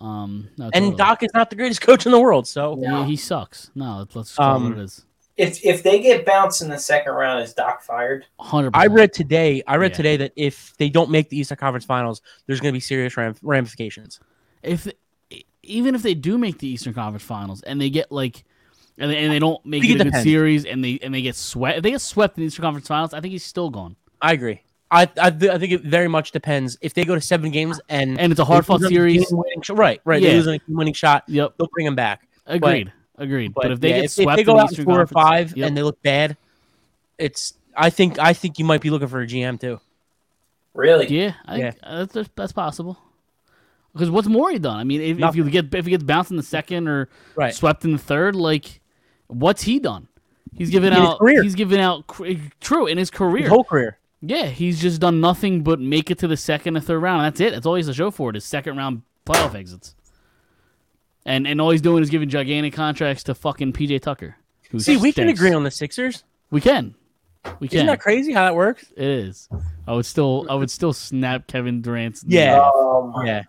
Speaker 1: Um, no, totally.
Speaker 2: And Doc is not the greatest coach in the world, so
Speaker 1: Yeah, he sucks. No, let's, let's call
Speaker 2: Um,
Speaker 1: it what it is.
Speaker 3: If if they get bounced in the second round, is Doc fired?
Speaker 1: Hundred.
Speaker 2: I read today. I read
Speaker 1: Yeah.
Speaker 2: today that if they don't make the Eastern Conference Finals, there's going to be serious ram- ramifications.
Speaker 1: if even if they do make the Eastern Conference Finals and they get like and they, and they don't make it
Speaker 2: think
Speaker 1: a good
Speaker 2: it depends.
Speaker 1: series and they and they get swept if they get swept in the Eastern Conference Finals, I think he's still gone.
Speaker 2: I agree. I I, th- I think it very much depends if they go to seven games and
Speaker 1: And it's a hard fought
Speaker 2: they lose on a
Speaker 1: series.
Speaker 2: game-winning sh- right? Right.
Speaker 1: Yeah.
Speaker 2: They lose on a winning shot.
Speaker 1: Yep.
Speaker 2: They'll bring him back.
Speaker 1: Agreed. Agreed. But, if they
Speaker 2: yeah,
Speaker 1: get swept
Speaker 2: they go
Speaker 1: in the
Speaker 2: out
Speaker 1: Eastern
Speaker 2: in four or
Speaker 1: Conference
Speaker 2: five
Speaker 1: Yep.
Speaker 2: and they look bad, it's. I think I think you might be looking for a GM too.
Speaker 3: Really?
Speaker 1: Yeah, I think uh, that's that's possible. Because what's Maury done? I mean, if, if you get if he gets bounced in the second or
Speaker 2: Right.
Speaker 1: swept in the third, like what's he done? He's given
Speaker 2: In his
Speaker 1: out.
Speaker 2: career.
Speaker 1: He's given out. cr- True in his career.
Speaker 2: His whole career.
Speaker 1: Yeah, he's just done nothing but make it to the second or third round. That's it. That's all he has to show for it is second round playoff exits. And and all he's doing is giving gigantic contracts to fucking PJ Tucker. who
Speaker 2: See, we can
Speaker 1: stinks.
Speaker 2: agree on the Sixers.
Speaker 1: We can. We
Speaker 2: Isn't
Speaker 1: can.
Speaker 2: that crazy how that works?
Speaker 1: it is. I would still I would still snap Kevin Durant's knee
Speaker 2: Yeah.
Speaker 1: off.
Speaker 3: Oh my
Speaker 2: Yeah.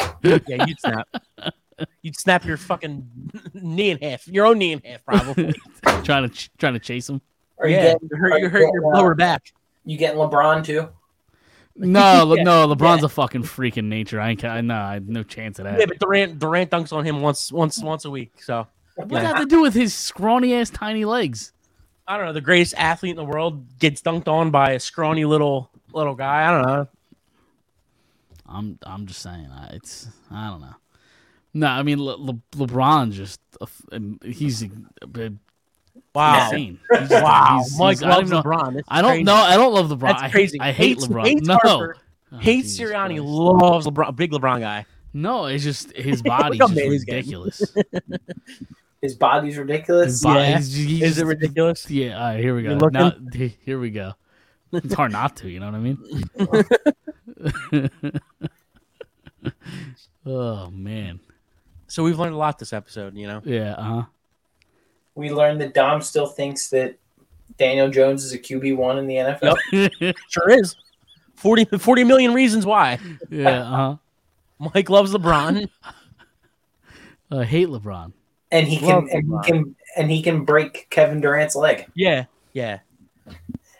Speaker 3: god.
Speaker 2: Yeah, you'd snap. you'd snap your fucking knee in half, your own knee in half, probably.
Speaker 1: trying to ch- trying to chase him.
Speaker 3: Are you
Speaker 2: yeah,
Speaker 3: getting
Speaker 2: you
Speaker 3: are
Speaker 2: hurt,
Speaker 3: you
Speaker 2: you hurt your
Speaker 3: getting, uh,
Speaker 2: lower back.
Speaker 3: you getting LeBron too?
Speaker 1: No, Le-
Speaker 2: Yeah,
Speaker 1: no, LeBron's a fucking freak in nature. I ain't ca- I no, I no chance of that.
Speaker 2: Yeah, but Durant Durant dunks on him once once once a week. So
Speaker 1: What's that have to do with his scrawny ass tiny legs?
Speaker 2: I don't know. The greatest athlete in the world gets dunked on by a scrawny little little guy. I don't know.
Speaker 1: I'm I'm just saying. I- It's I don't know. No, I mean Le- Le- LeBron just a f- um, he's uh, uh,
Speaker 2: Wow.
Speaker 1: insane. He's just-
Speaker 2: Wow.
Speaker 1: he's-
Speaker 2: Mike
Speaker 1: he's- I don't, even
Speaker 2: loves
Speaker 1: know,
Speaker 2: LeBron. This is
Speaker 1: I don't
Speaker 2: crazy.
Speaker 1: know. I don't love LeBron.
Speaker 2: That's
Speaker 1: I-
Speaker 2: crazy.
Speaker 1: I, hate
Speaker 2: Hates-
Speaker 1: Lebron.
Speaker 2: hates
Speaker 1: no.
Speaker 2: Harper,
Speaker 1: Oh,
Speaker 2: Hates
Speaker 1: Jesus
Speaker 2: Sirianni.
Speaker 1: Christ.
Speaker 2: Loves LeBron. Big LeBron guy.
Speaker 1: No, it's just his body's
Speaker 2: how
Speaker 1: just
Speaker 2: mad he's getting.
Speaker 1: ridiculous.
Speaker 3: His body's ridiculous.
Speaker 1: His body,
Speaker 2: Yeah.
Speaker 1: he's just- he's
Speaker 2: Is it
Speaker 1: just-
Speaker 2: ridiculous?
Speaker 1: Yeah. All right. Here we go.
Speaker 2: You looking?
Speaker 1: Now, here we go. It's hard not to. You know what I mean? oh man.
Speaker 2: So we've learned a lot this episode. You know.
Speaker 1: Yeah. Uh huh.
Speaker 3: We learned that Dom still thinks that Daniel Jones is a QB one in the NFL.
Speaker 2: Yep.
Speaker 1: uh-huh.
Speaker 2: Sure is. 40, 40 million reasons why
Speaker 1: yeah. Uh huh.
Speaker 2: Mike loves LeBron.
Speaker 1: I Uh, hate LeBron.
Speaker 3: And he
Speaker 2: Love
Speaker 3: can and
Speaker 2: LeBron.
Speaker 3: he can and he can break Kevin Durant's leg.
Speaker 2: Yeah, yeah.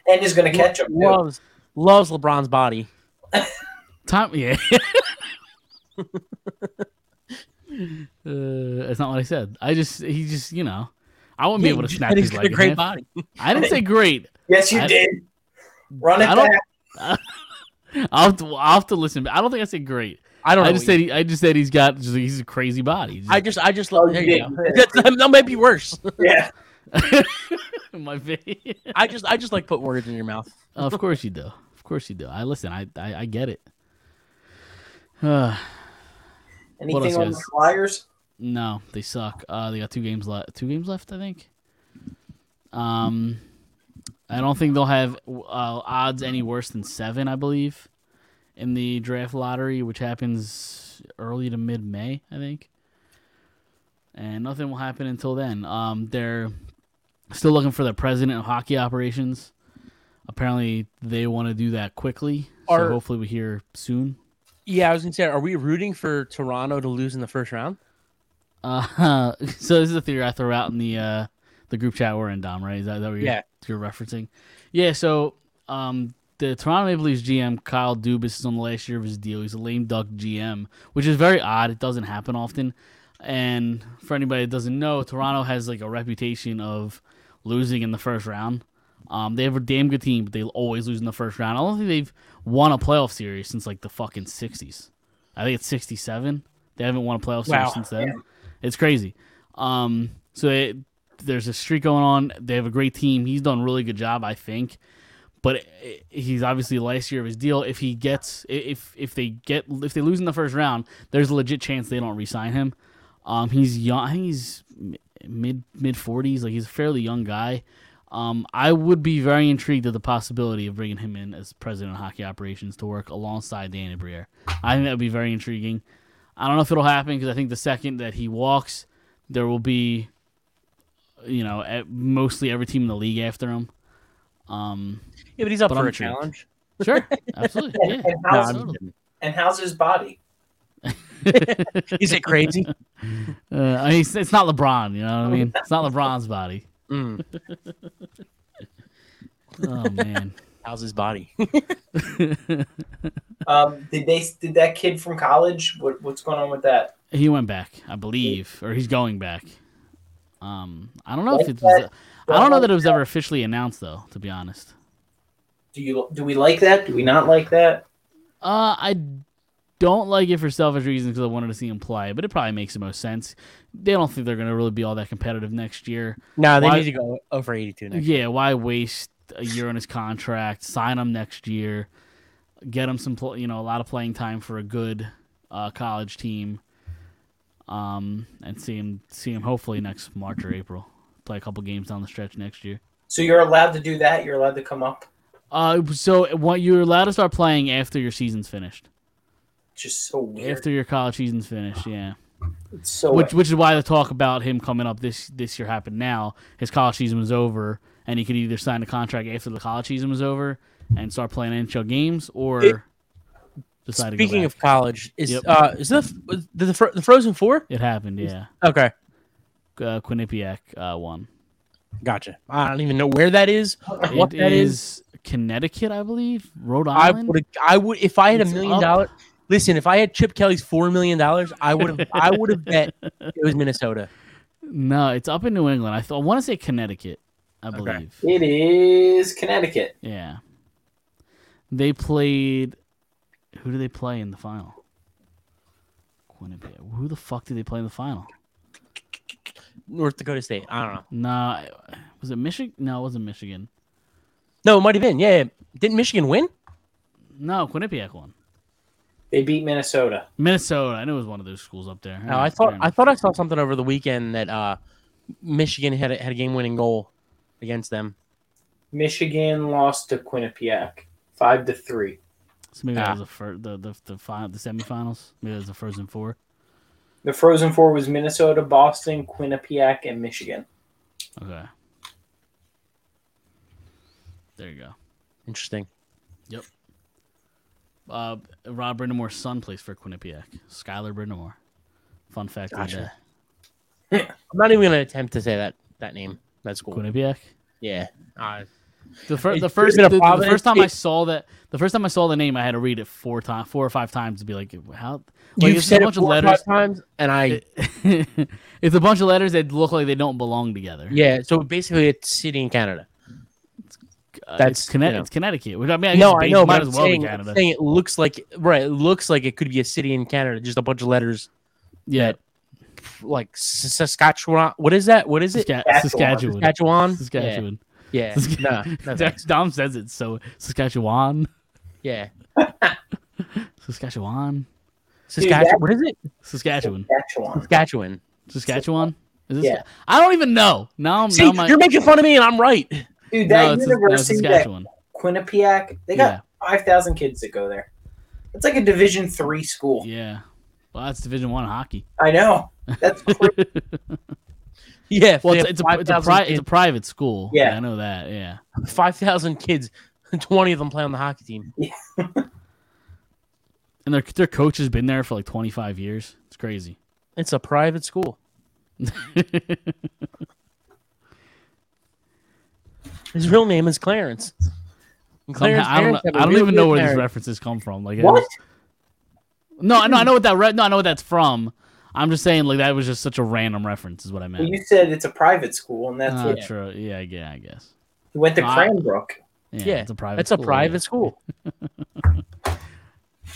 Speaker 3: And is gonna catch him. too.
Speaker 2: Loves loves LeBron's body.
Speaker 1: Tom. Yeah. uh, that's not what I said. I just he just you know I wouldn't be able to snap
Speaker 2: And
Speaker 1: his
Speaker 2: he's got
Speaker 1: leg.
Speaker 2: a
Speaker 1: in
Speaker 2: great
Speaker 1: half.
Speaker 2: body.
Speaker 1: I didn't say great.
Speaker 3: Yes, you
Speaker 1: I-
Speaker 3: did. Run it
Speaker 1: I don't-
Speaker 3: back.
Speaker 1: I'll have, to, I'll have to listen. But I don't think I said great.
Speaker 2: I don't know.
Speaker 1: I just said he, I just said he's got just, he's a crazy body. Just-
Speaker 2: I just, I just,
Speaker 3: Oh,
Speaker 2: there
Speaker 3: you
Speaker 2: you
Speaker 3: did.
Speaker 2: go. That's- that might be worse.
Speaker 3: Yeah.
Speaker 1: my face.
Speaker 2: I just, I just like put words in your mouth.
Speaker 1: of course you do. Of course you do. I listen. I I, I get it. Uh,
Speaker 3: Anything on the
Speaker 1: guys?
Speaker 3: Flyers?
Speaker 1: no, they suck. Uh, they got two games left. Two games left, I think. Um, I don't think they'll have uh, odds any worse than seven. I believe in the draft lottery, which happens early to mid May, I think. And nothing will happen until then. Um, they're still looking for the president of hockey operations. Apparently, they want to do that quickly.
Speaker 2: Are-
Speaker 1: so hopefully, we hear soon.
Speaker 2: Yeah, I was gonna say, are we rooting for Toronto to lose in the first round?
Speaker 1: Uh, so this is the theory I threw out in the uh, the group chat we're in, Dom. Right? Is that, that what you're,
Speaker 2: Yeah.
Speaker 1: you're referencing? Yeah. So um, the Toronto Maple Leafs GM Kyle Dubas is on the last year of his deal. He's a lame duck GM, which is very odd. It doesn't happen often. And for anybody that doesn't know, Toronto has like a reputation of losing in the first round. Um, they have a damn good team, but they always lose in the first round. I don't think they've won a playoff series since like the fucking sixties. I think it's sixty-seven. They haven't won a playoff series
Speaker 2: Wow.
Speaker 1: since then. It's crazy. Um, so they, there's a streak going on. They have a great team. He's done a really good job, I think. but i- he's obviously last year of his deal. If he gets, i- if if they get, if they lose in the first round, there's a legit chance they don't re-sign him. Um, he's young. I think he's m- mid mid forties. Like he's a fairly young guy. Um, I would be very intrigued at the possibility of bringing him in as president of hockey operations to work alongside Danny Briere. I think that would be very intriguing. I don't know if it'll happen because I think the second that he walks, there will be, you know, at mostly every team in the league after him. Um,
Speaker 2: Yeah, but he's up
Speaker 1: But
Speaker 2: for
Speaker 1: I'm
Speaker 2: a
Speaker 1: intrigued.
Speaker 2: challenge.
Speaker 1: sure, absolutely, yeah,
Speaker 3: And
Speaker 2: No,
Speaker 3: how's,
Speaker 2: I'm
Speaker 1: absolutely.
Speaker 2: kidding.
Speaker 3: and how's his body?
Speaker 2: is it crazy?
Speaker 1: Uh, I mean, it's, it's not LeBron, you know what I mean? It's not LeBron's body.
Speaker 2: Mm,
Speaker 1: Oh man,
Speaker 2: how's his body?
Speaker 3: Um, did they did that kid from college? What, what's going on with that?
Speaker 1: he went back, I believe, or he's going back. Um, I don't know if
Speaker 3: Like
Speaker 1: it was.
Speaker 3: that-
Speaker 1: I don't know that it was ever officially announced, though. To be honest,
Speaker 3: Do you do we like that? Do we not like that?
Speaker 1: Uh, I don't like it for selfish reasons because I wanted to see him play, but it probably makes the most sense. They don't think they're going to really be all that competitive next year.
Speaker 2: No, they
Speaker 1: Why-
Speaker 2: need to go over 82 next.
Speaker 1: Yeah, why waste a year on his contract? Sign him next year, get him some, pl- you know, a lot of playing time for a good uh, college team, um, and see him see him hopefully next March or April. Play a couple games down the stretch next year.
Speaker 3: So you're allowed to do that. You're allowed to come up.
Speaker 1: Uh, so what you're allowed to start playing after your season's finished,
Speaker 3: Just so weird.
Speaker 1: after your college season's finished. Yeah.
Speaker 3: it's so
Speaker 1: which which is why the talk about him coming up this this year happened now. His college season was over, and he could either sign a contract after the college season was over and start playing NHL games, or
Speaker 2: It-
Speaker 1: decide to go
Speaker 2: Speaking
Speaker 1: back.
Speaker 2: of college, is
Speaker 1: Yep.
Speaker 2: uh is the the, the, Fro- the Frozen Four?
Speaker 1: it happened, yeah.
Speaker 2: Okay,
Speaker 1: Uh, Quinnipiac uh, won.
Speaker 2: gotcha. I don't even know where that is. What
Speaker 1: It
Speaker 2: that is?
Speaker 1: is Connecticut, I believe, Rhode
Speaker 2: I
Speaker 1: Island.
Speaker 2: would I would if I had a
Speaker 1: It's
Speaker 2: million
Speaker 1: up.
Speaker 2: dollars. Listen, if I had Chip Kelly's four million dollars, I would have I would have bet it was Minnesota.
Speaker 1: no, it's up in New England. I, th- I want to say Connecticut, I believe.
Speaker 3: it is Connecticut.
Speaker 1: Yeah, they played. Who do they play in the final? Quinnipiac. Who the fuck did they play in the final?
Speaker 2: North Dakota State. I don't know.
Speaker 1: Nah, was it Michigan? No, it wasn't Michigan.
Speaker 2: No, it might have been. Yeah, yeah. didn't Michigan win?
Speaker 1: No, Quinnipiac won.
Speaker 3: They beat Minnesota.
Speaker 1: Minnesota. I knew it was one of those schools up there.
Speaker 2: No, Oh, I thought I thought I saw something over the weekend that uh, Michigan had a, had a game winning goal against them.
Speaker 3: Michigan lost to Quinnipiac five to three.
Speaker 1: so maybe that
Speaker 2: Ah.
Speaker 1: was the fir- the the the, final, the semifinals. Maybe that was the Frozen Four.
Speaker 3: The Frozen Four was Minnesota, Boston, Quinnipiac, and Michigan.
Speaker 1: Okay. There you go.
Speaker 2: Interesting.
Speaker 1: Uh, Rob Brindamore's son plays for Quinnipiac. Skylar Brindamore. Fun fact
Speaker 2: Gotcha.
Speaker 1: of
Speaker 2: I'm not even gonna attempt to say that that name. That's
Speaker 1: the
Speaker 2: cool.
Speaker 1: day. Quinnipiac.
Speaker 2: Yeah. Uh,
Speaker 1: The, fir-
Speaker 2: It
Speaker 1: the
Speaker 2: could've
Speaker 1: first
Speaker 2: been
Speaker 1: the,
Speaker 2: a
Speaker 1: the
Speaker 2: Providence.
Speaker 1: first time I
Speaker 2: It-
Speaker 1: saw that the first time I saw the name I had to read it four times four or five times to be like how like,
Speaker 2: You've
Speaker 1: it's
Speaker 2: said it four or five times, and I
Speaker 1: it's a bunch of letters that look like they don't belong together.
Speaker 2: yeah. So basically, it's city in Canada.
Speaker 1: Uh,
Speaker 2: that's-
Speaker 1: it's, Conne-
Speaker 2: you know.
Speaker 1: it's Connecticut. Which I mean, I
Speaker 2: no,
Speaker 1: guess
Speaker 2: I
Speaker 1: basi-
Speaker 2: know.
Speaker 1: Might
Speaker 2: But
Speaker 1: as
Speaker 2: I'm
Speaker 1: well
Speaker 2: saying,
Speaker 1: be Canada.
Speaker 2: saying it looks like right. It looks like it could be a city in Canada. Just a bunch of letters,
Speaker 1: yeah,
Speaker 2: like S- Saskatchewan. What is that? What is it?
Speaker 1: Saska-
Speaker 3: Saskatchewan.
Speaker 1: Saskatchewan.
Speaker 2: Saskatchewan.
Speaker 1: Saskatchewan.
Speaker 2: Yeah.
Speaker 1: Sask-
Speaker 2: yeah. no, no, thanks.
Speaker 1: Dom says it so. Saskatchewan.
Speaker 2: yeah.
Speaker 1: Saskatchewan.
Speaker 2: Saskatchewan. What is it?
Speaker 1: Saskatchewan.
Speaker 3: Saskatchewan.
Speaker 2: Saskatchewan.
Speaker 1: Saskatchewan. Is this
Speaker 3: Yeah.
Speaker 1: I don't even know. Now I'm.
Speaker 2: See,
Speaker 1: now my,
Speaker 2: you're making fun of me, and I'm right.
Speaker 3: Dude, that
Speaker 1: no, it's, no,
Speaker 3: university, that
Speaker 1: Saskatchewan.
Speaker 3: Quinnipiac, they got
Speaker 1: Yeah,
Speaker 3: five thousand kids that go there. It's like a Division three school.
Speaker 1: yeah. Well, that's Division One hockey.
Speaker 3: I know. That's crazy.
Speaker 2: Yeah.
Speaker 1: Well,
Speaker 2: they
Speaker 1: it's,
Speaker 2: have
Speaker 1: it's a it's a,
Speaker 2: 5,000
Speaker 1: pri-
Speaker 2: kids-
Speaker 1: it's a private school.
Speaker 3: Yeah.
Speaker 1: I know that. Yeah.
Speaker 2: five thousand kids, twenty of them play on the hockey team.
Speaker 1: And their their coach has been there for like 25 years. It's crazy.
Speaker 2: It's a private school. His real name is Clarence. And Clarence
Speaker 1: Somehow- I don't,
Speaker 2: parents have
Speaker 1: know,
Speaker 2: a
Speaker 1: I don't
Speaker 2: real
Speaker 1: even know
Speaker 2: good
Speaker 1: where these
Speaker 2: marriage.
Speaker 1: references come from. Like it
Speaker 3: What?
Speaker 1: was- no, I know, I know what that. Re- no, I know what that's from. I'm just saying, like that was just such a random reference, is what I
Speaker 3: Well,
Speaker 1: meant.
Speaker 3: you said it's a private school, and that's
Speaker 1: Ah,
Speaker 3: what
Speaker 1: true. Yeah, I guess. I guess.
Speaker 3: you went to
Speaker 1: Ah.
Speaker 3: Cranbrook.
Speaker 1: Yeah,
Speaker 2: Yeah,
Speaker 1: it's a private.
Speaker 2: It's a
Speaker 1: school,
Speaker 2: private school.
Speaker 1: yeah.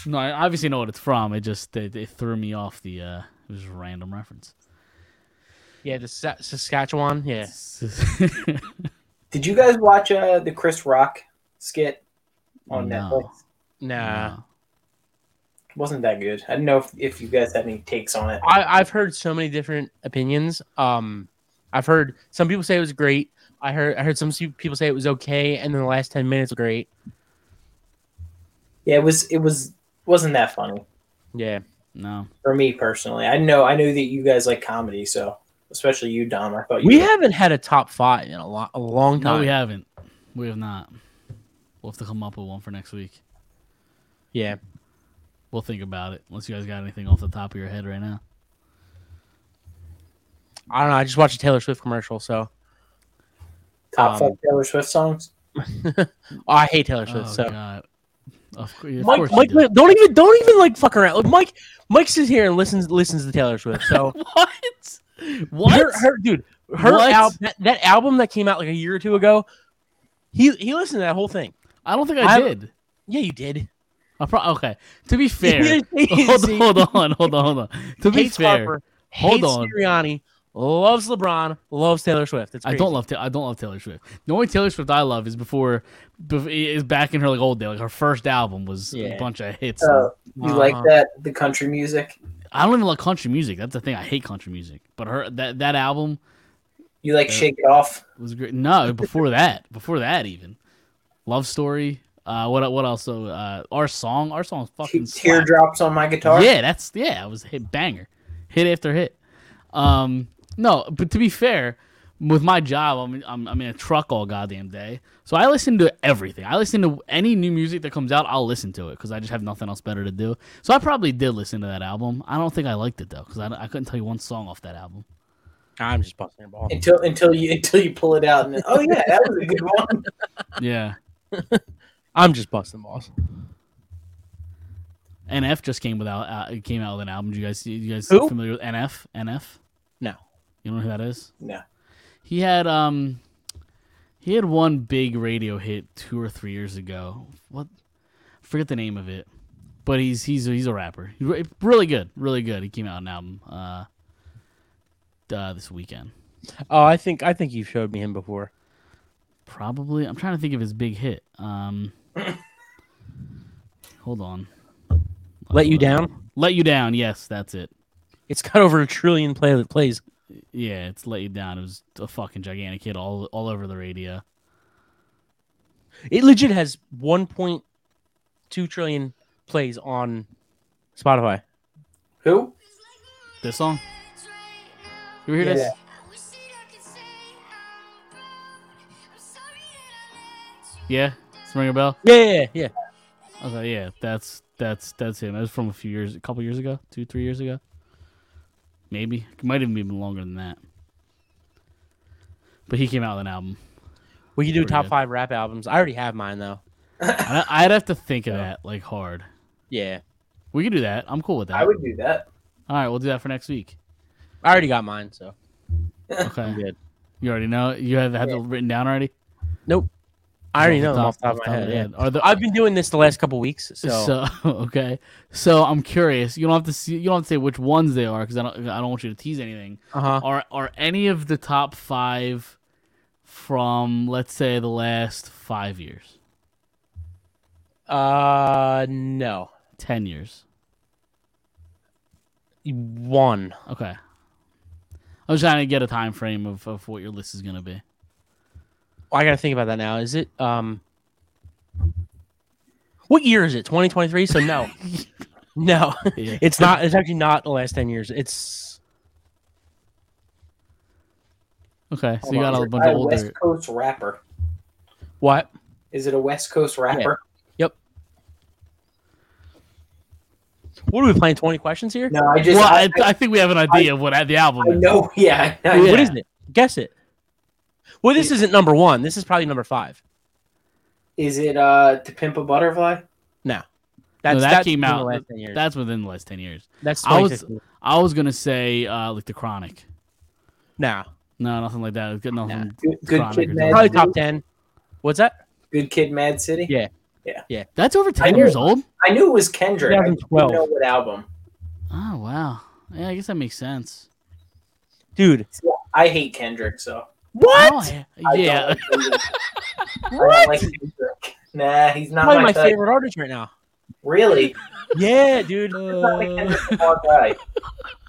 Speaker 1: No, I obviously know what it's from. It just it, it threw me off the. uh It was a random reference.
Speaker 2: Yeah, the Sa- Saskatchewan. Yeah,
Speaker 1: Yes.
Speaker 3: Did you guys watch uh, the Chris Rock skit on
Speaker 1: No.
Speaker 3: Netflix.
Speaker 2: Nah.
Speaker 3: It wasn't that good. I don't know if, if you guys had any takes on it.
Speaker 2: I, I've heard so many different opinions. Um, I've heard some people say it was great. I heard I heard some se- people say it was okay, and then the last ten minutes were great.
Speaker 3: Yeah, it was it was wasn't that funny
Speaker 2: Yeah,
Speaker 1: No.
Speaker 3: for me personally. I know I know that you guys like comedy, so especially you, Dom. I thought you
Speaker 2: we haven't had a top five in a lot a long time.
Speaker 1: No, we haven't. We have not. We'll have to come up with one for next week.
Speaker 2: Yeah,
Speaker 1: We'll think about it. Unless you guys got anything off the top of your head right now.
Speaker 2: I don't know. I just watched a Taylor Swift commercial, so
Speaker 3: top
Speaker 2: um,
Speaker 3: five Taylor Swift songs.
Speaker 2: Oh, I hate Taylor Swift.
Speaker 1: Oh
Speaker 2: so
Speaker 1: God. Of, cour- of
Speaker 2: Mike,
Speaker 1: course. you
Speaker 2: Mike,
Speaker 1: do.
Speaker 2: don't even don't even like fuck around. Like Mike, Mike sits here and listens listens to Taylor Swift. So
Speaker 1: What? What?
Speaker 2: Her, her dude, her
Speaker 1: What?
Speaker 2: al- that, that album that came out like a year or two ago, he he listened to that whole thing.
Speaker 1: I don't think I
Speaker 2: I-
Speaker 1: did.
Speaker 2: Yeah, you did.
Speaker 1: I pro- okay. To be fair,
Speaker 2: See?
Speaker 1: hold, hold on, hold on, hold on. To be
Speaker 2: hates
Speaker 1: fair,
Speaker 2: Harper,
Speaker 1: hold
Speaker 2: hates
Speaker 1: on.
Speaker 2: Sirianni, loves LeBron, loves Taylor Swift. It's
Speaker 1: I
Speaker 2: crazy.
Speaker 1: don't love Ta- I don't love Taylor Swift. The only Taylor Swift I love is before, bef- is back in her like old day. Like her first album was a
Speaker 2: Yeah.
Speaker 1: bunch of hits.
Speaker 3: Uh, you like
Speaker 2: Uh-huh.
Speaker 3: that the country music?
Speaker 1: I don't even like country music. That's the thing. I hate country music. But her that that album
Speaker 3: You like
Speaker 1: Yeah.
Speaker 3: Shake It Off?
Speaker 1: was great. No, before that, before that even, love story. Uh, what what else? So uh, our song, our song fucking slaps.
Speaker 3: Teardrops on my guitar.
Speaker 1: Yeah, that's yeah, it was a hit banger. Hit after hit. Um no, but to be fair, with my job, I'm, I'm I'm in a truck all goddamn day. So I listen to everything. I listen to any new music that comes out, I'll listen to it cuz I just have nothing else better to do. So I probably did listen to that album. I don't think I liked it though cuz I, I couldn't tell you one song off that album.
Speaker 2: I'm just busting your ball.
Speaker 3: Until until you until you pull it out and then, oh yeah, that was a good one.
Speaker 1: Yeah.
Speaker 2: I'm just busting balls.
Speaker 1: NF just came without uh, it came out with an album. Do you guys you guys
Speaker 2: Who?
Speaker 1: familiar with NF? NF?
Speaker 2: No.
Speaker 1: You know who that is?
Speaker 3: No.
Speaker 1: He had um he had one big radio hit two or three years ago. What forget the name of it. But he's he's he's a rapper. He's re- really good, really good. He came out with an album uh, uh this weekend.
Speaker 2: Oh, I think I think you showed me him before.
Speaker 1: Probably. I'm trying to think of his big hit. Um Hold on.
Speaker 2: Let you down.
Speaker 1: Let you down. Yes, that's it.
Speaker 2: It's got over a trillion play- plays.
Speaker 1: Yeah, it's let you down. It was a fucking gigantic hit all all over the radio.
Speaker 2: It legit has 1.2 trillion plays on Spotify.
Speaker 3: Who?
Speaker 1: This song? You ever hear this? Yeah? Does it ring a bell?
Speaker 2: Yeah, yeah, yeah.
Speaker 1: I was like, yeah, that's that's that's him. That was from a few years a couple years ago, two, three years ago. Maybe. It might even be even longer than that. But he came out with an album.
Speaker 2: We can do
Speaker 1: Pretty
Speaker 2: top
Speaker 1: good.
Speaker 2: five rap albums. I already have mine though.
Speaker 1: I'd, I'd have to think of that like hard.
Speaker 2: Yeah,
Speaker 1: We could do that. I'm cool with that.
Speaker 3: I would do that.
Speaker 1: All right, we'll do that for next week.
Speaker 2: I already got mine, so I'm
Speaker 1: Okay.
Speaker 2: good.
Speaker 1: You already know. it? You have had it written down already.
Speaker 2: I already know
Speaker 1: Off the
Speaker 2: them off the
Speaker 1: top-
Speaker 2: top of my head. Yeah.
Speaker 1: Are the,
Speaker 2: I've been doing this the last couple weeks, so,
Speaker 1: So okay, so I'm curious. You don't have to see. You don't have to say which ones they are because I don't. I don't want you to tease anything.
Speaker 2: uh-huh.
Speaker 1: Are are any of the top five from let's say the last five years,
Speaker 2: Uh, no,
Speaker 1: ten years?
Speaker 2: one.
Speaker 1: Okay. I was trying to get a time frame of, of what your list is gonna be.
Speaker 2: I gotta think about that now. Is it um? What year is it? 2023. So no, no,
Speaker 1: Yeah.
Speaker 2: it's not. It's actually not the last ten years. It's
Speaker 1: Okay, so
Speaker 3: Hold
Speaker 1: you
Speaker 3: on.
Speaker 1: got
Speaker 3: Is
Speaker 1: a
Speaker 3: it
Speaker 1: bunch of
Speaker 3: a
Speaker 1: older.
Speaker 3: West Coast rapper.
Speaker 2: what?
Speaker 3: Is it a West Coast rapper?
Speaker 2: What are we playing? 20 questions here.
Speaker 3: No, I just
Speaker 1: Well,
Speaker 3: I,
Speaker 1: I, I think we have an idea of what the album
Speaker 3: I
Speaker 1: is.
Speaker 3: know. Yeah, I know.
Speaker 1: Yeah.
Speaker 2: What is it? Guess it. Well, this isn't number one. This is probably number five.
Speaker 3: Is it uh to pimp a butterfly?
Speaker 2: That's,
Speaker 1: that
Speaker 2: that's
Speaker 1: came
Speaker 2: been the
Speaker 1: out-
Speaker 2: last 10 years.
Speaker 1: That's within the last ten years.
Speaker 2: that's
Speaker 1: I was-
Speaker 2: 2015.
Speaker 1: I was gonna say uh, like the Chronic.
Speaker 2: Nah.
Speaker 1: No, nothing like that. It's got nothing.
Speaker 3: Good, good
Speaker 1: Chronic or
Speaker 3: kid,
Speaker 1: something.
Speaker 3: mad
Speaker 2: Probably
Speaker 3: City?
Speaker 2: top ten. What's that?
Speaker 3: Good kid, Mad City.
Speaker 2: Yeah.
Speaker 1: That's over ten
Speaker 3: know.
Speaker 1: years old.
Speaker 3: I knew it was Kendrick. I didn't
Speaker 2: 2012.
Speaker 3: know what album.
Speaker 1: Oh wow. Yeah, I guess that makes sense.
Speaker 2: Dude.
Speaker 3: I hate Kendrick,
Speaker 1: Oh,
Speaker 3: so
Speaker 2: What?
Speaker 1: yeah.
Speaker 3: I
Speaker 1: yeah.
Speaker 3: Don't like Kendrick. I don't like Kendrick. Nah, he's not
Speaker 2: Probably
Speaker 3: my,
Speaker 2: my
Speaker 3: type.
Speaker 2: favorite artist right now.
Speaker 3: Really?
Speaker 2: Yeah, dude.
Speaker 3: Not like
Speaker 1: Uh,
Speaker 3: Kendrick Lamar guy.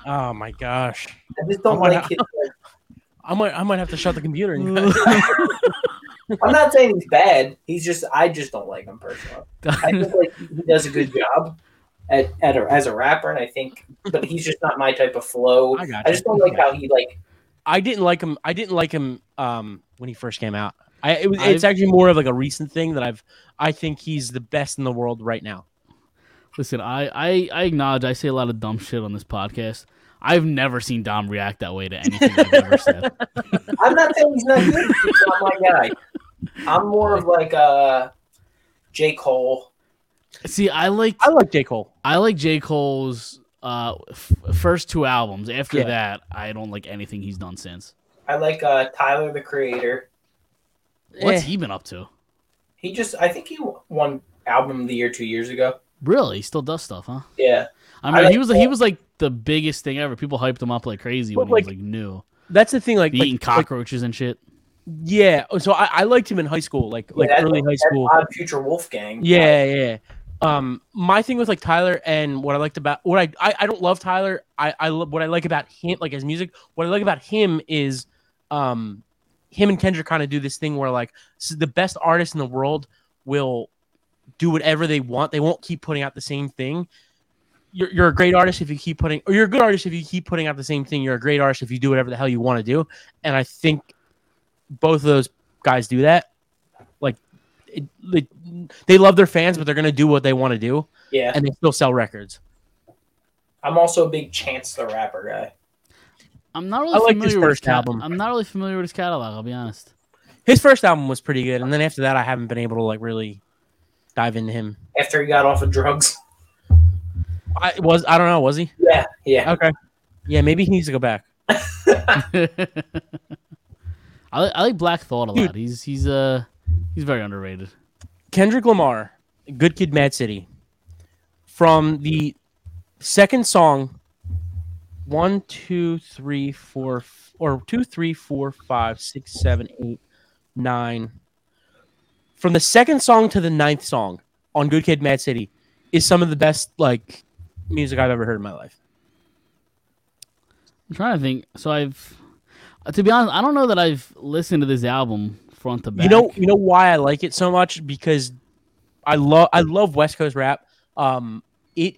Speaker 2: Oh my gosh.
Speaker 3: I just don't
Speaker 2: I'm gonna-
Speaker 3: like his. like,
Speaker 2: I might I might have to shut the computer. And
Speaker 3: I'm not saying he's bad. He's just I just don't like him personally. I think like he does a good job at, at a, as a rapper, and I think, but he's just not my type of flow.
Speaker 2: I got
Speaker 3: I just
Speaker 2: you.
Speaker 3: don't like how he like.
Speaker 2: I didn't like him. I didn't like him um, when he first came out. I it was, it's
Speaker 1: I've-
Speaker 2: actually more of like a recent thing that I've. I think he's the best in the world right now.
Speaker 1: Listen, I, I, I acknowledge I say a lot of dumb shit on this podcast. I've never seen Dom react that way to anything I've ever said.
Speaker 3: I'm not saying he's not good. He's not my guy. I'm more of like uh, J Cole.
Speaker 1: See, I liked
Speaker 2: I like J Cole.
Speaker 1: I like J Cole's uh, f- first two albums. After
Speaker 2: Yeah.
Speaker 1: that, I don't like anything he's done since.
Speaker 3: I like uh, Tyler the Creator.
Speaker 1: What's
Speaker 2: Eh.
Speaker 1: he been up to?
Speaker 3: He just I think he won album of the year two years ago.
Speaker 1: Really, he still does stuff, huh?
Speaker 3: Yeah,
Speaker 1: I
Speaker 3: I
Speaker 1: mean, he
Speaker 3: like
Speaker 1: was he was like the biggest thing ever. People hyped him up like crazy when
Speaker 2: But,
Speaker 1: he was
Speaker 2: like,
Speaker 1: like new,
Speaker 2: That's the thing. Like,
Speaker 1: eating
Speaker 2: like, like,
Speaker 1: cockroaches and shit.
Speaker 2: yeah. So I, I liked him in high school, like like
Speaker 3: Yeah,
Speaker 2: early high
Speaker 3: that's
Speaker 2: school.
Speaker 3: Odd Future Wolfgang.
Speaker 2: Yeah, yeah. Um, my thing with like Tyler and what I liked about what I I, I don't love Tyler. I I love what I like about him, like his music. What I like about him is, um, him and Kendrick kind of do this thing where like s the best artists in the world will do whatever they want. They won't keep putting out the same thing. You're, you're a great artist if you keep putting, or you're a good artist if you keep putting out the same thing. You're a great artist if you do whatever the hell you want to do. And I think both of those guys do that it, like, they love their fans, but they're gonna do what they want to do,
Speaker 3: yeah.
Speaker 2: and they still sell records.
Speaker 3: I'm also a big Chance the Rapper guy.
Speaker 1: I'm not really
Speaker 2: I like his
Speaker 1: familiar with
Speaker 2: first
Speaker 1: cat-
Speaker 2: album.
Speaker 1: I'm not really familiar with his catalog. I'll be honest.
Speaker 2: His first album was pretty good, and then after that, I haven't been able to like really dive into him.
Speaker 3: After he got off of drugs.
Speaker 2: I was I don't know was he
Speaker 3: Yeah, yeah.
Speaker 2: okay? Yeah, maybe he needs to go back.
Speaker 1: I, li- I like Black Thought a lot. He's he's uh he's very underrated.
Speaker 2: Kendrick Lamar, Good Kid, Mad City, from the second song, one, two, three, four, f- or two, three, four, five, six, seven, eight, nine. From the second song to the ninth song on Good Kid, Mad City, is some of the best like music I've ever heard in my life.
Speaker 1: I'm trying to think. So I've uh, to be honest, I don't know that I've listened to this album front to back.
Speaker 2: You know, you know why I like it so much because I love I love West Coast rap. Um, it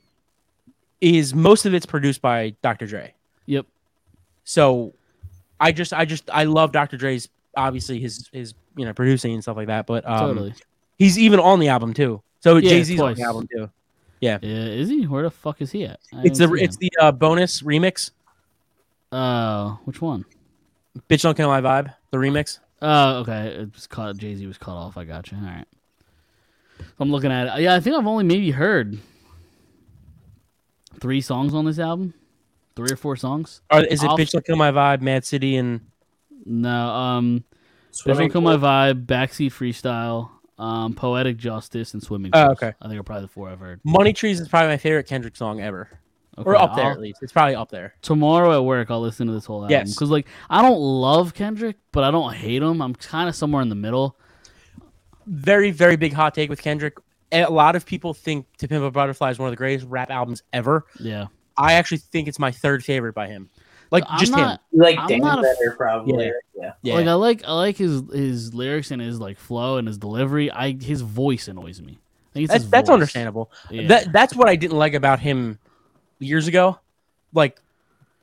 Speaker 2: is most of it's produced by Dr. Dre.
Speaker 1: Yep.
Speaker 2: So I just I just I love Dr. Dre's obviously his his you know producing and stuff like that, but um,
Speaker 1: Totally.
Speaker 2: he's even on the album too. So
Speaker 1: Yeah,
Speaker 2: Jay Z's on
Speaker 1: twice.
Speaker 2: the album too.
Speaker 1: Yeah, is he? Where the fuck is he at? I
Speaker 2: It's
Speaker 1: haven't
Speaker 2: the
Speaker 1: seen
Speaker 2: it's
Speaker 1: him.
Speaker 2: the uh, bonus remix,
Speaker 1: Oh, which one?
Speaker 2: Bitch Don't Kill My Vibe, the remix.
Speaker 1: Oh, okay. It was cut. Jay Z was cut off. I got you. All right. I'm looking at it. Yeah, I think I've only maybe heard three songs on this album, three or four songs.
Speaker 2: Or is it
Speaker 1: I'll-
Speaker 2: Bitch Don't Kill My Vibe, Mad City, and
Speaker 1: No, um, Bitch
Speaker 3: Swimming
Speaker 1: Don't Kill My Vibe, Backseat Freestyle, um, Poetic Justice, and Swimming.
Speaker 2: Oh,
Speaker 1: Pools.
Speaker 2: okay.
Speaker 1: I think are probably the four I've heard.
Speaker 2: Money Trees is probably my favorite Kendrick song ever, or
Speaker 1: Okay,
Speaker 2: up there
Speaker 1: I'll-
Speaker 2: at least. It's probably up there.
Speaker 1: tomorrow at work I'll listen to this whole album
Speaker 2: Yes.
Speaker 1: because like I don't love Kendrick, but I don't hate him. I'm kind of somewhere in the middle.
Speaker 2: very, very big hot take with Kendrick. A lot of people think To Pimp a Butterfly is one of the greatest rap albums ever.
Speaker 1: Yeah,
Speaker 2: I actually think it's my third favorite by him. Like
Speaker 1: I'm
Speaker 2: just him.
Speaker 1: not-
Speaker 3: You like
Speaker 1: I'm
Speaker 3: Dan
Speaker 1: not a-
Speaker 3: better, probably.
Speaker 2: Yeah.
Speaker 3: Yeah.
Speaker 2: Yeah.
Speaker 1: Like I like I like his his lyrics and his like flow and his delivery. I his voice annoys me. I think it's
Speaker 2: that's
Speaker 1: his
Speaker 2: that's
Speaker 1: voice.
Speaker 2: understandable.
Speaker 1: Yeah.
Speaker 2: That that's what I didn't like about him years ago. Like,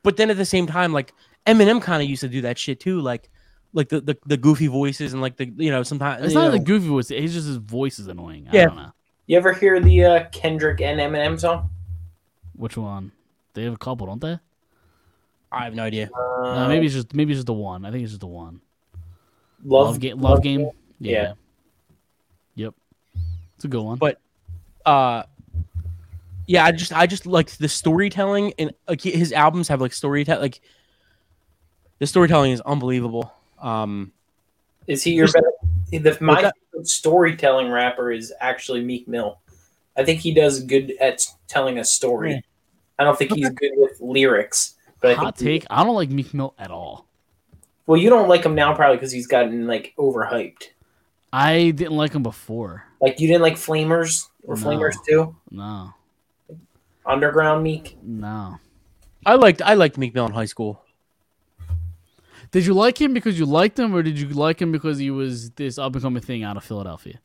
Speaker 2: but then at the same time, like Eminem kind of used to do that shit too. Like, like the, the the goofy voices and like the you know sometimes
Speaker 1: it's
Speaker 2: you
Speaker 1: not
Speaker 2: know,
Speaker 1: the goofy voice. It's just his voice is annoying. I
Speaker 2: Yeah.
Speaker 1: don't know
Speaker 3: You ever hear the uh, Kendrick and Eminem song?
Speaker 1: which one. They have a couple, don't they?
Speaker 2: I have no idea.
Speaker 3: Uh,
Speaker 1: no, maybe it's just maybe it's just the one. I think it's just the one.
Speaker 3: Love,
Speaker 1: Ga- love game.
Speaker 3: Yeah.
Speaker 1: Yep. It's a good one.
Speaker 2: But- uh yeah i just i just like the storytelling and like hi- his albums have like storytelling like the storytelling is unbelievable um
Speaker 3: Is he your
Speaker 2: Just-
Speaker 3: better? The, my
Speaker 2: What's that?
Speaker 3: favorite storytelling rapper is actually Meek Mill. I think he does good at s- telling a story.
Speaker 2: Yeah.
Speaker 3: I don't think he's good with lyrics. But I
Speaker 1: Hot
Speaker 3: think he-
Speaker 1: take. I don't like Meek Mill at all.
Speaker 3: well, you don't like him now probably because he's gotten like overhyped.
Speaker 1: I didn't like him before.
Speaker 3: Like you didn't like Flamers or
Speaker 1: No.
Speaker 3: Flamers too?
Speaker 1: No,
Speaker 3: Underground Meek.
Speaker 1: no.
Speaker 2: I liked I liked Meek Mill in high school.
Speaker 1: Did you like him because you liked him, or did you like him because he was this up and coming thing out of Philadelphia?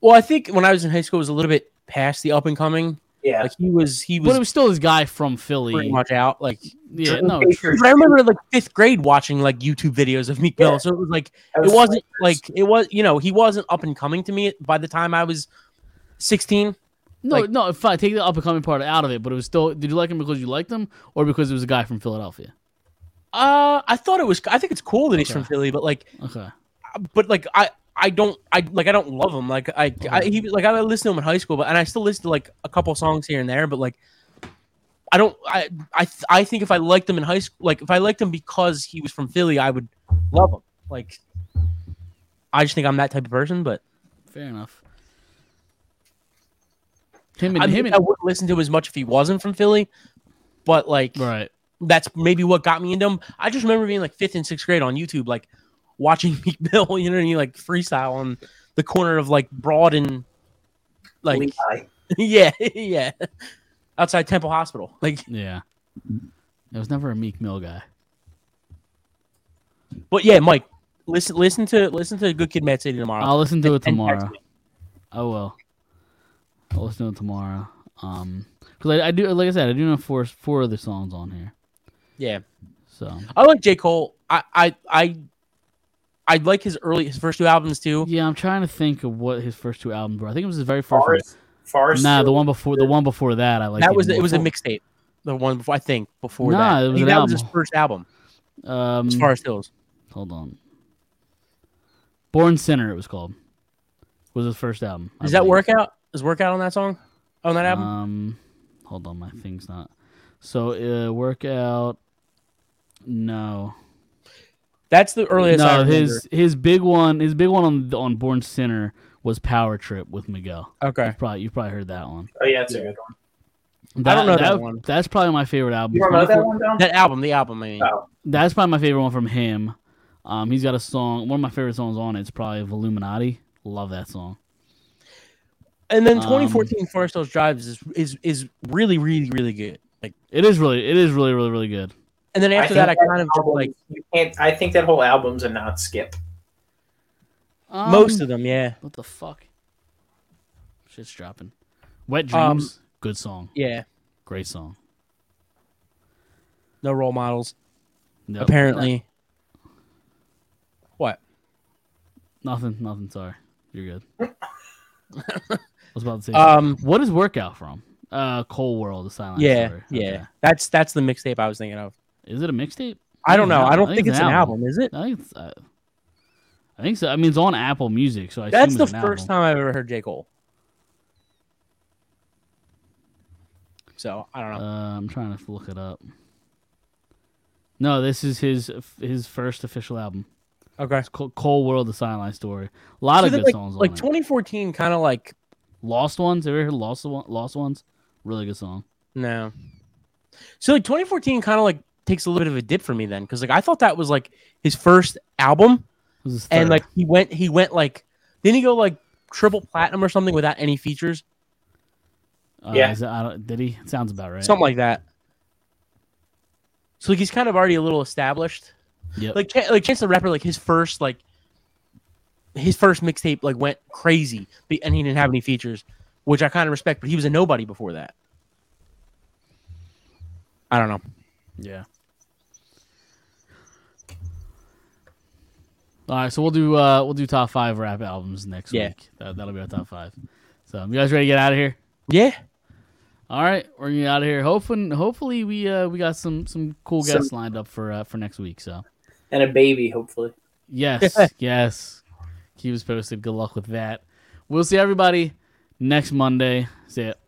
Speaker 2: Well, I think when I was in high school, it was a little bit past the up and coming.
Speaker 3: Yeah.
Speaker 2: Like he was he
Speaker 1: But it
Speaker 2: was
Speaker 1: was still this guy from
Speaker 2: pretty
Speaker 1: Philly.
Speaker 2: much out. Like,
Speaker 1: Yeah,
Speaker 3: Drew
Speaker 1: no.
Speaker 3: Baker,
Speaker 2: but I remember like fifth grade watching like YouTube videos of Meek
Speaker 3: Yeah.
Speaker 2: Mill, so it was like
Speaker 3: that
Speaker 2: it wasn't
Speaker 3: Flamers.
Speaker 2: like it was you know he wasn't up and coming to me by the time I was sixteen.
Speaker 1: No,
Speaker 2: Like-
Speaker 1: no, fine. Take the up and coming part out of it, but it was still. Did you like him because you liked him, or because it was a guy from Philadelphia?
Speaker 2: Uh, I thought it was I think it's cool that he's
Speaker 1: Okay.
Speaker 2: from Philly, but like
Speaker 1: Okay,
Speaker 2: but like I I don't I like I don't love him. Like I, I he like I listened to him in high school, but and I still listen to like a couple songs here and there. But like I don't I I th- I think if I liked him in high school, like if I liked him because he was from Philly, I would love him. Like I just think I'm that type of person. But
Speaker 1: fair enough. Him and
Speaker 2: I,
Speaker 1: him
Speaker 2: mean, I
Speaker 1: and
Speaker 2: wouldn't listen to him as much if he wasn't from Philly. But like
Speaker 1: right.
Speaker 2: that's maybe what got me into him. I just remember being like fifth and sixth grade on YouTube, like watching Meek Mill, you know, and you like freestyle on the corner of like Broad and like
Speaker 3: Levi.
Speaker 2: yeah, yeah, outside Temple Hospital. Like,
Speaker 1: Yeah, I was never a Meek Mill guy.
Speaker 2: but yeah, Mike, listen, listen to listen to Good Kid, Mad City tomorrow.
Speaker 1: I'll listen to it
Speaker 2: Uh, And text
Speaker 1: tomorrow. I will. I'll listen to it tomorrow. Um, because I, I do, like I said, I do know four four other songs on here.
Speaker 2: yeah,
Speaker 1: So
Speaker 2: I like J Cole. I I I I like his early his first two albums too.
Speaker 1: yeah, I'm trying to think of what his first two albums were. I think it was his very first. one.
Speaker 3: Forest. Forest.
Speaker 1: Nah, the one before the one before that. I like
Speaker 2: that was it was a
Speaker 1: mix.
Speaker 2: mixtape. The one before I think before
Speaker 1: Nah,
Speaker 2: that.
Speaker 1: it
Speaker 2: I
Speaker 1: was
Speaker 2: think
Speaker 1: an
Speaker 2: that was his
Speaker 1: album.
Speaker 2: first album,
Speaker 1: Um,
Speaker 2: as far as Hills.
Speaker 1: Hold on. Born Sinner, it was called. Was his first album. I
Speaker 2: Is that
Speaker 1: believe.
Speaker 2: workout? Is workout on that song? On that album?
Speaker 1: Um, hold on, my thing's not. So uh, workout. No,
Speaker 2: That's the earliest. I
Speaker 1: no,
Speaker 2: remember.
Speaker 1: his his big one, his big one on on Born Sinner was Power Trip with Miguel.
Speaker 2: Okay.
Speaker 1: You've probably you probably heard that one.
Speaker 3: Oh yeah, that's a good one.
Speaker 2: I don't know that
Speaker 1: that
Speaker 2: one.
Speaker 1: That's probably my favorite album.
Speaker 3: You don't know that one, Dom?
Speaker 2: That album, the album. I mean,
Speaker 3: Oh,
Speaker 1: That's probably my favorite one from him. Um, he's got a song. One of my favorite songs on it's probably Voluminati. Love that song.
Speaker 2: and then
Speaker 1: um,
Speaker 2: 2014 Forest Hills Drives is is is really really really good. Like,
Speaker 1: It is really, it is really, really, really good.
Speaker 2: and then after
Speaker 3: think
Speaker 2: that, I kind of
Speaker 3: album-
Speaker 2: like
Speaker 3: you can't. I think that whole album's a not skip.
Speaker 1: Um,
Speaker 2: most of them. Yeah,
Speaker 1: What the fuck? Shit's dropping. Wet
Speaker 2: Um,
Speaker 1: Dreams, good song,
Speaker 2: yeah.
Speaker 1: great song.
Speaker 2: No role models.
Speaker 1: Nope.
Speaker 2: apparently, what?
Speaker 1: Oh, nothing, nothing. Sorry, you're good. I was about to say.
Speaker 2: Um,
Speaker 1: what is workout from? Uh, Cold World, the Silent
Speaker 2: yeah,
Speaker 1: Story.
Speaker 2: yeah.
Speaker 1: Okay.
Speaker 2: That's that's the mixtape I was thinking of.
Speaker 1: Is it a mixtape?
Speaker 2: I don't
Speaker 1: think it's
Speaker 2: know.
Speaker 1: an
Speaker 2: I don't
Speaker 1: album.
Speaker 2: think it's an album. Is it?
Speaker 1: I think it's. Uh, I think so. I mean, it's on Apple Music, so I.
Speaker 2: That's
Speaker 1: assume
Speaker 2: the
Speaker 1: it's an
Speaker 2: first
Speaker 1: album.
Speaker 2: time I've ever heard J Cole. So I don't know.
Speaker 1: Uh, I'm trying to look it up. No, this is his his first official album.
Speaker 2: okay.
Speaker 1: It's called Cold World, the Sideline Story. A lot
Speaker 2: So
Speaker 1: of
Speaker 2: then,
Speaker 1: good
Speaker 2: like,
Speaker 1: songs.
Speaker 2: like
Speaker 1: on it.
Speaker 2: 2014 kind of like
Speaker 1: Lost Ones. Have you ever heard Lost One? Lost Ones? Really good song.
Speaker 2: no so like 2014 kind of like takes a little bit of a dip for me then because like i thought that was like his first album
Speaker 1: It was his
Speaker 2: and
Speaker 1: third.
Speaker 2: like he went he went like didn't he go like triple platinum or something without any features
Speaker 1: Uh,
Speaker 3: yeah.
Speaker 1: is that- I don't- did he? It sounds about right.
Speaker 2: something like that so like he's kind of already a little established
Speaker 1: Yep.
Speaker 2: like Chan- like chance the rapper like his first like his first mixtape like went crazy be- and he didn't have any features which i kind of respect but he was a nobody before that i don't know
Speaker 1: yeah. All right, so we'll do uh we'll do top five rap albums next
Speaker 2: Yeah.
Speaker 1: week. That, that'll be our top five. So you guys ready to get out of here?
Speaker 2: yeah
Speaker 1: All right, we're gonna get out of here. Hoping, hopefully we uh we got some some cool
Speaker 3: Some-
Speaker 1: guests lined up for uh, for next week. So
Speaker 3: And a baby, hopefully.
Speaker 1: yes, yes, keep us posted. Good luck with that. We'll see everybody next Monday. See ya.